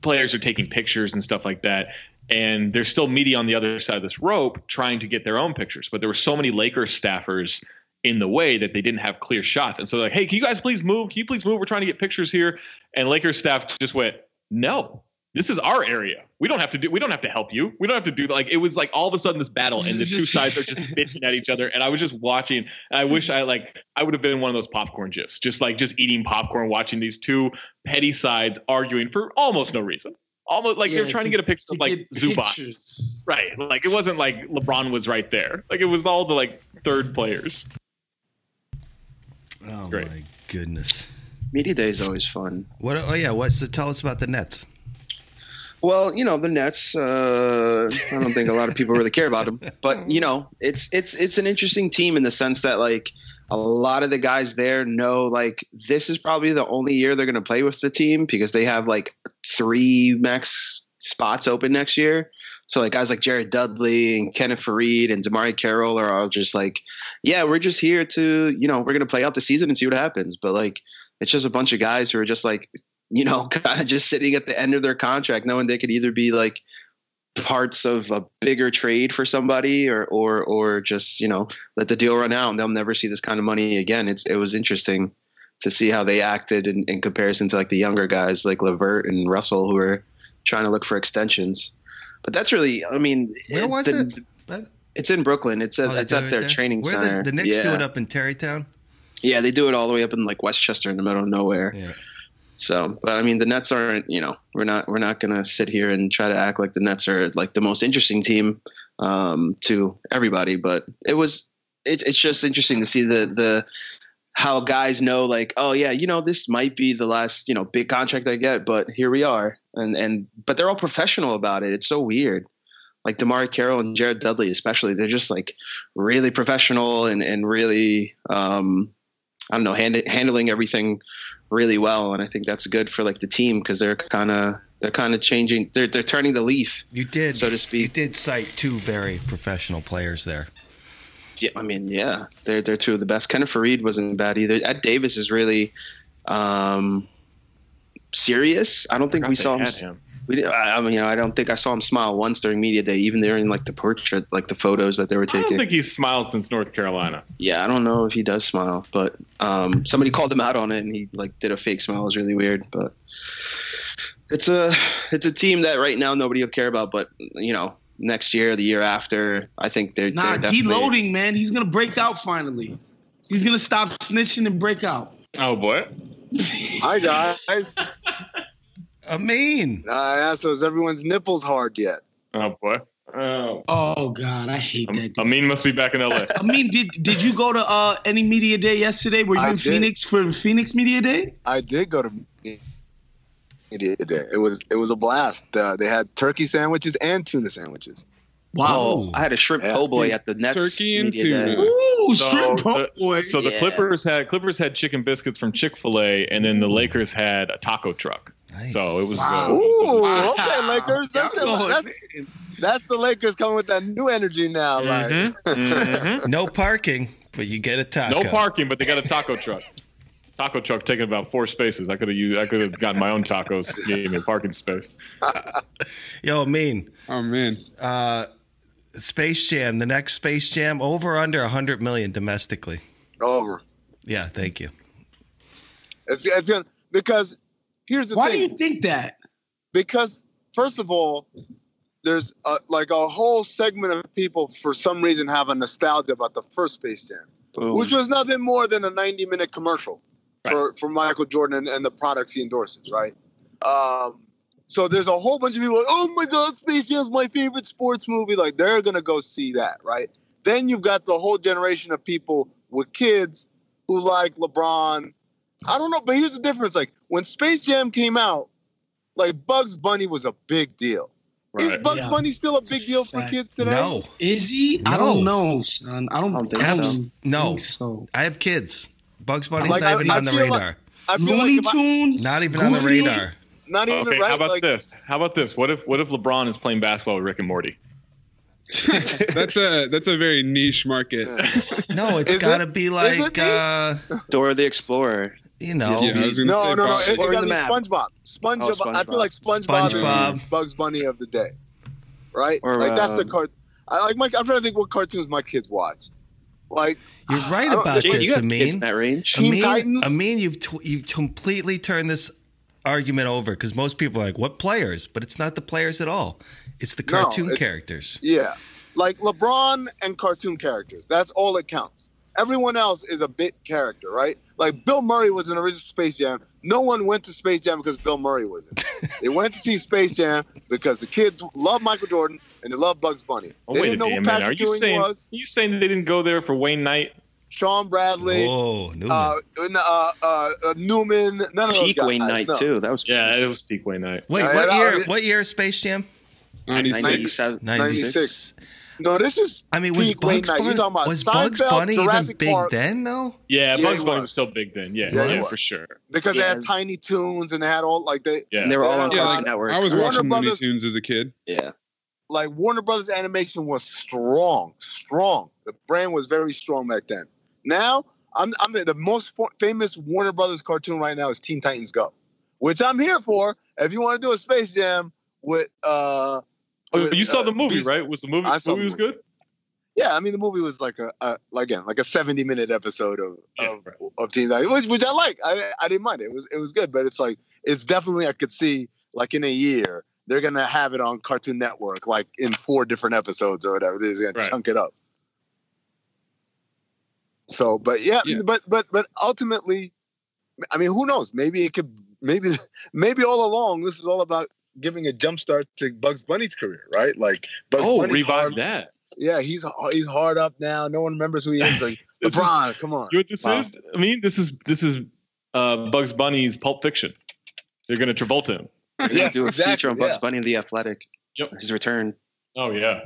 Speaker 2: players are taking pictures and stuff like that. And there's still media on the other side of this rope trying to get their own pictures. But there were so many Lakers staffers in the way that they didn't have clear shots. And so they're like, hey, can you guys please move? Can you please move? We're trying to get pictures here. And Lakers staff just went, no. This is our area. We don't have to do. We don't have to help you. We don't have to do like it was like all of a sudden this battle and the two sides are just bitching at each other. And I was just watching. And I wish I like I would have been one of those popcorn gifs, just like just eating popcorn, watching these two petty sides arguing for almost no reason almost like
Speaker 11: Yeah,
Speaker 2: they're trying to,
Speaker 11: to-
Speaker 2: get a picture of like
Speaker 11: get
Speaker 2: Zubac, right? Like it wasn't like LeBron was right there. Like it was all the like third players.
Speaker 4: Oh
Speaker 2: Great.
Speaker 4: my goodness.
Speaker 9: Media day is always fun.
Speaker 4: What? Oh yeah. What? So tell us about the Nets.
Speaker 9: Well, you know the Nets. Uh, I don't think a lot of people really care about them, but you know it's it's it's an interesting team in the sense that like a lot of the guys there know like this is probably the only year they're going to play with the team because they have like three max spots open next year. So like guys like Jared Dudley and Kenneth Farid and Damari Carroll are all just like, yeah, we're just here to you know we're going to play out the season and see what happens. But like it's just a bunch of guys who are just like you know, kind of just sitting at the end of their contract, knowing they could either be like parts of a bigger trade for somebody or or or just, you know, let the deal run out and they'll never see this kind of money again. It's it was interesting to see how they acted in, in comparison to like the younger guys like Levert and Russell who are trying to look for extensions. But that's really I mean eh,
Speaker 4: Where was
Speaker 9: the-
Speaker 4: it? That-
Speaker 9: It's in Brooklyn. It's at
Speaker 4: oh, they
Speaker 9: it's
Speaker 4: do
Speaker 9: at
Speaker 4: it
Speaker 9: their
Speaker 4: there?
Speaker 9: training
Speaker 4: Where
Speaker 9: center.
Speaker 4: The, the Knicks
Speaker 9: yeah.
Speaker 4: do it up in Tarrytown.
Speaker 9: Yeah, they do it all the way up in like Westchester in the middle of nowhere. So, but I mean, the Nets aren't. You know, we're not we're not gonna sit here and try to act like the Nets are like the most interesting team um, to everybody. But it was it, it's just interesting to see the the how guys know like oh yeah you know this might be the last you know big contract I get, but here we are. And and but they're all professional about it. It's so weird like Damari Carroll and Jared Dudley, especially, they're just like really professional and and really, um, I don't know, hand, handling everything really well. And I think that's good for like the team because they're kind of they're kind of changing. They're they're turning the leaf.
Speaker 4: You did,
Speaker 9: so to speak. You
Speaker 4: did cite two very professional players there.
Speaker 9: Yeah, I mean, yeah, they're they're two of the best. Kenneth Farid wasn't bad either. Ed Davis is really um, serious. I don't think we
Speaker 2: they
Speaker 9: saw him.
Speaker 2: had
Speaker 9: s-
Speaker 2: him.
Speaker 9: We, did- I I mean, you know, I don't think I saw him smile once during media day, even during like the portrait, like the photos that they were
Speaker 2: I
Speaker 9: taking.
Speaker 2: don't think he's smiled since North Carolina.
Speaker 9: Yeah, I don't know if he does smile, but um, somebody called him out on it, and he like did a fake smile. It was really weird, but it's a it's a team that right now nobody will care about, but you know, next year, the year after, I think they're
Speaker 10: Nah,
Speaker 9: they're definitely-
Speaker 10: deloading, man. He's gonna break out finally. He's gonna stop snitching and break out.
Speaker 2: Oh boy.
Speaker 13: Hi guys.
Speaker 4: I mean,
Speaker 13: I asked, is everyone's nipples hard yet?
Speaker 2: Oh boy. Oh.
Speaker 10: Oh God, I hate
Speaker 2: that. Amin must be back in L.A.
Speaker 10: I mean, did did you go to uh, any media day yesterday? Were you
Speaker 13: I
Speaker 10: in
Speaker 13: did.
Speaker 10: Phoenix for Phoenix media day?
Speaker 13: I did go to media today. It was it was a blast. Uh, they had turkey sandwiches and tuna sandwiches.
Speaker 9: Wow, Oh, I had a shrimp
Speaker 13: Yeah.
Speaker 9: po' boy at the Nets.
Speaker 13: Turkey
Speaker 9: media day.
Speaker 2: So the- So the
Speaker 9: Yeah.
Speaker 2: Clippers had Clippers had chicken biscuits from Chick Fil A, and then the Lakers had a taco truck. So it was.
Speaker 13: Wow.
Speaker 2: uh,
Speaker 13: Ooh, okay, Lakers. That's, that's, that's the Lakers coming with that new energy now. like.
Speaker 4: no parking, but you get a taco.
Speaker 2: No parking, but they got a taco truck. Taco truck taking about four spaces. I could have used. I could have gotten my own tacos. Gave me a parking space.
Speaker 4: Yo, mean.
Speaker 5: Oh man.
Speaker 4: Uh, Space Jam, the next Space Jam, over under hundred million domestically.
Speaker 13: Over.
Speaker 4: Yeah, thank you.
Speaker 13: It's, it's gonna, because here's the
Speaker 10: Why
Speaker 13: thing.
Speaker 10: do you think that?
Speaker 13: Because first of all, there's a, like a whole segment of people for some reason have a nostalgia about the first Space Jam, which was nothing more than a 90 minute commercial for, for Michael Jordan and, and the products he endorses, right? Um, so there's a whole bunch of people like, oh my God, Space Jam's my favorite sports movie. Like they're gonna go see that, right? Then you've got the whole generation of people with kids who like LeBron. I don't know, but here's the difference. Like when Space Jam came out, like Bugs Bunny was a big deal. Is
Speaker 10: Right.
Speaker 13: Bugs
Speaker 10: Yeah.
Speaker 13: Bunny still a big deal for kids today?
Speaker 10: Is he? I
Speaker 13: No.
Speaker 10: don't know, son. I don't, think
Speaker 4: I'm-
Speaker 10: so.
Speaker 4: No,
Speaker 10: so.
Speaker 4: I have kids. Bugs Bunny's
Speaker 13: Like,
Speaker 4: not
Speaker 13: I-
Speaker 4: even
Speaker 13: I
Speaker 4: on the
Speaker 13: feel like-
Speaker 4: radar.
Speaker 13: I feel like if I-
Speaker 4: Not even on the
Speaker 13: Goofy?
Speaker 4: radar.
Speaker 13: Not even
Speaker 2: okay,
Speaker 13: right.
Speaker 2: how about
Speaker 13: like,
Speaker 2: this? How about this? What if What if LeBron is playing basketball with Rick and Morty?
Speaker 5: that's a that's a very niche market.
Speaker 4: No, it's
Speaker 5: Is it?
Speaker 4: got to be
Speaker 5: Is it?
Speaker 4: like uh,
Speaker 9: Dora the Explorer.
Speaker 4: You know,
Speaker 5: Yeah, I was gonna
Speaker 13: no,
Speaker 5: say
Speaker 13: no, no,
Speaker 5: Bugs
Speaker 13: It, it
Speaker 5: Bunny.
Speaker 13: got to be SpongeBob. SpongeBob.
Speaker 5: Oh,
Speaker 13: I feel like SpongeBob, is
Speaker 5: SpongeBob.
Speaker 13: Bugs Bunny of the day, right?
Speaker 9: Or,
Speaker 13: like that's the
Speaker 9: um,
Speaker 13: cart. I like. My, I'm trying to think what cartoons my kids watch. Like
Speaker 4: You're
Speaker 13: I
Speaker 4: right
Speaker 13: don't-
Speaker 4: about
Speaker 13: Jake,
Speaker 4: this,
Speaker 13: you have
Speaker 4: Amin.
Speaker 13: kids in that range? Teen
Speaker 4: Amin,
Speaker 13: Titans?
Speaker 4: Amin, you've tw- you've completely turned this argument over because most people are like, "What players?" But it's not the players at all. It's the
Speaker 13: No,
Speaker 4: cartoon
Speaker 13: it's-
Speaker 4: characters.
Speaker 13: Yeah. Like LeBron and cartoon characters. That's all that counts. Everyone else is a bit character, right? Like Bill Murray was in the original Space Jam. No one went to Space Jam because Bill Murray was in. it. they went to see Space Jam because the kids love Michael Jordan and they love Bugs Bunny.
Speaker 2: Oh,
Speaker 13: they
Speaker 2: wait a
Speaker 13: didn't know who
Speaker 2: damn minute.
Speaker 13: Patrick
Speaker 2: Are you
Speaker 13: Ewing
Speaker 2: saying
Speaker 13: was.
Speaker 2: are you saying that they didn't go there for Wayne Knight?
Speaker 13: Sean Bradley.
Speaker 4: Whoa, Newman.
Speaker 13: Uh, and, uh, uh, uh, Newman. None of those guys, no.
Speaker 9: That was
Speaker 2: yeah, it was peak Wayne Knight.
Speaker 4: Wait,
Speaker 13: Yeah,
Speaker 4: what
Speaker 13: yeah,
Speaker 4: year?
Speaker 13: yeah.
Speaker 4: What year is Space Jam?
Speaker 13: 96. 96. No, this is.
Speaker 4: I mean, was
Speaker 13: peak Wayne
Speaker 4: Bugs
Speaker 13: Knight. You're
Speaker 4: Bunny,
Speaker 13: talking about
Speaker 4: was Bugs
Speaker 13: Seinfeld,
Speaker 4: Bunny even
Speaker 13: Jurassic
Speaker 4: big
Speaker 13: Park.
Speaker 4: then though?
Speaker 2: Yeah,
Speaker 13: Yeah,
Speaker 2: Bugs
Speaker 13: he
Speaker 2: Bunny
Speaker 13: was.
Speaker 2: was still big then. Yeah,
Speaker 13: Yeah,
Speaker 2: yeah,
Speaker 13: he was.
Speaker 2: for sure.
Speaker 13: Because
Speaker 9: Yeah.
Speaker 13: they had Tiny Toons and they had all like they.
Speaker 2: Yeah.
Speaker 9: And they were all on
Speaker 13: Yeah,
Speaker 9: Cartoon
Speaker 13: like,
Speaker 9: Network.
Speaker 5: I was
Speaker 13: Warner
Speaker 5: watching Looney
Speaker 13: Brothers-
Speaker 5: Tunes as a kid.
Speaker 9: Yeah.
Speaker 13: Like Warner Brothers animation was strong, strong. The brand was very strong back then. Now I'm, I'm the, the most fo- famous Warner Brothers cartoon right now is Teen Titans Go, which I'm here for. If you want to do a Space Jam with, uh,
Speaker 2: Oh,
Speaker 13: with,
Speaker 2: you saw
Speaker 13: uh,
Speaker 2: the movie,
Speaker 13: these-
Speaker 2: right? Was the movie
Speaker 13: I saw
Speaker 2: movie
Speaker 13: the
Speaker 2: was good?
Speaker 13: Yeah, I mean the movie was like a, a like, again like a seventy minute episode of of, of Teen Titans, which, which I like. I I didn't mind it. It was it was good, but it's like it's definitely I could see like in a year they're gonna have it on Cartoon Network like in four different episodes or whatever. They're just gonna
Speaker 2: Right.
Speaker 13: chunk it up. So, but yeah, but but but ultimately, I mean, who knows? Maybe it could. Maybe maybe all along this is all about giving a jump start to Bugs Bunny's career, right? Like Bugs
Speaker 2: oh,
Speaker 13: Bunny's
Speaker 2: revive
Speaker 13: hard-
Speaker 2: that.
Speaker 13: yeah, he's he's hard up now. No one remembers who he is. Like
Speaker 2: This is-
Speaker 13: LeBron, come on.
Speaker 2: You know what this
Speaker 13: Wow.
Speaker 2: is? I mean, this is this is uh, Bugs Bunny's Pulp Fiction. They're gonna Travolta him.
Speaker 9: They're gonna
Speaker 13: Yes,
Speaker 9: do a feature
Speaker 13: exactly,
Speaker 9: on Bugs
Speaker 13: yeah.
Speaker 9: Bunny and the Athletic.
Speaker 2: Yep.
Speaker 9: His return.
Speaker 2: Oh yeah.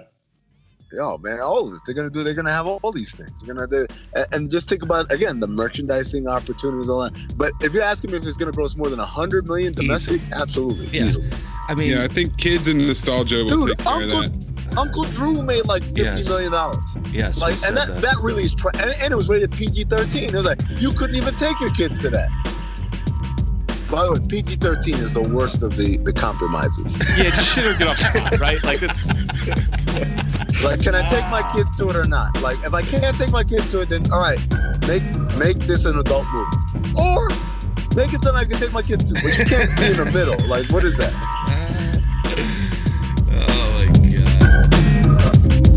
Speaker 13: Yo, Oh, man, all of this. They're gonna do. They're gonna have all these things. They're gonna do, and, and just think about again the merchandising opportunities, all that. But if you're asking me if it's gonna gross more than hundred million domestic, absolutely,
Speaker 4: Yeah.
Speaker 13: easily.
Speaker 4: I mean,
Speaker 5: yeah, I think kids and nostalgia will
Speaker 13: Dude,
Speaker 5: take care
Speaker 13: Uncle
Speaker 5: of that.
Speaker 13: Uncle Drew made like fifty million
Speaker 4: Yes.
Speaker 13: dollars.
Speaker 4: yes,
Speaker 13: Like,
Speaker 4: we said
Speaker 13: and that, that really is. Tra- and, and it was rated PG thirteen. It was like you couldn't even take your kids to that. By the way, PG thirteen is the worst of the the compromises.
Speaker 2: Yeah, just shit or get off the pot, right? Like that's
Speaker 13: Like, can I take my kids to it or not? Like, if I can't take my kids to it, then all right, make make this an adult movie, or make it something I can take my kids to. But you can't be in the middle. Like, what is that?
Speaker 4: Oh my god.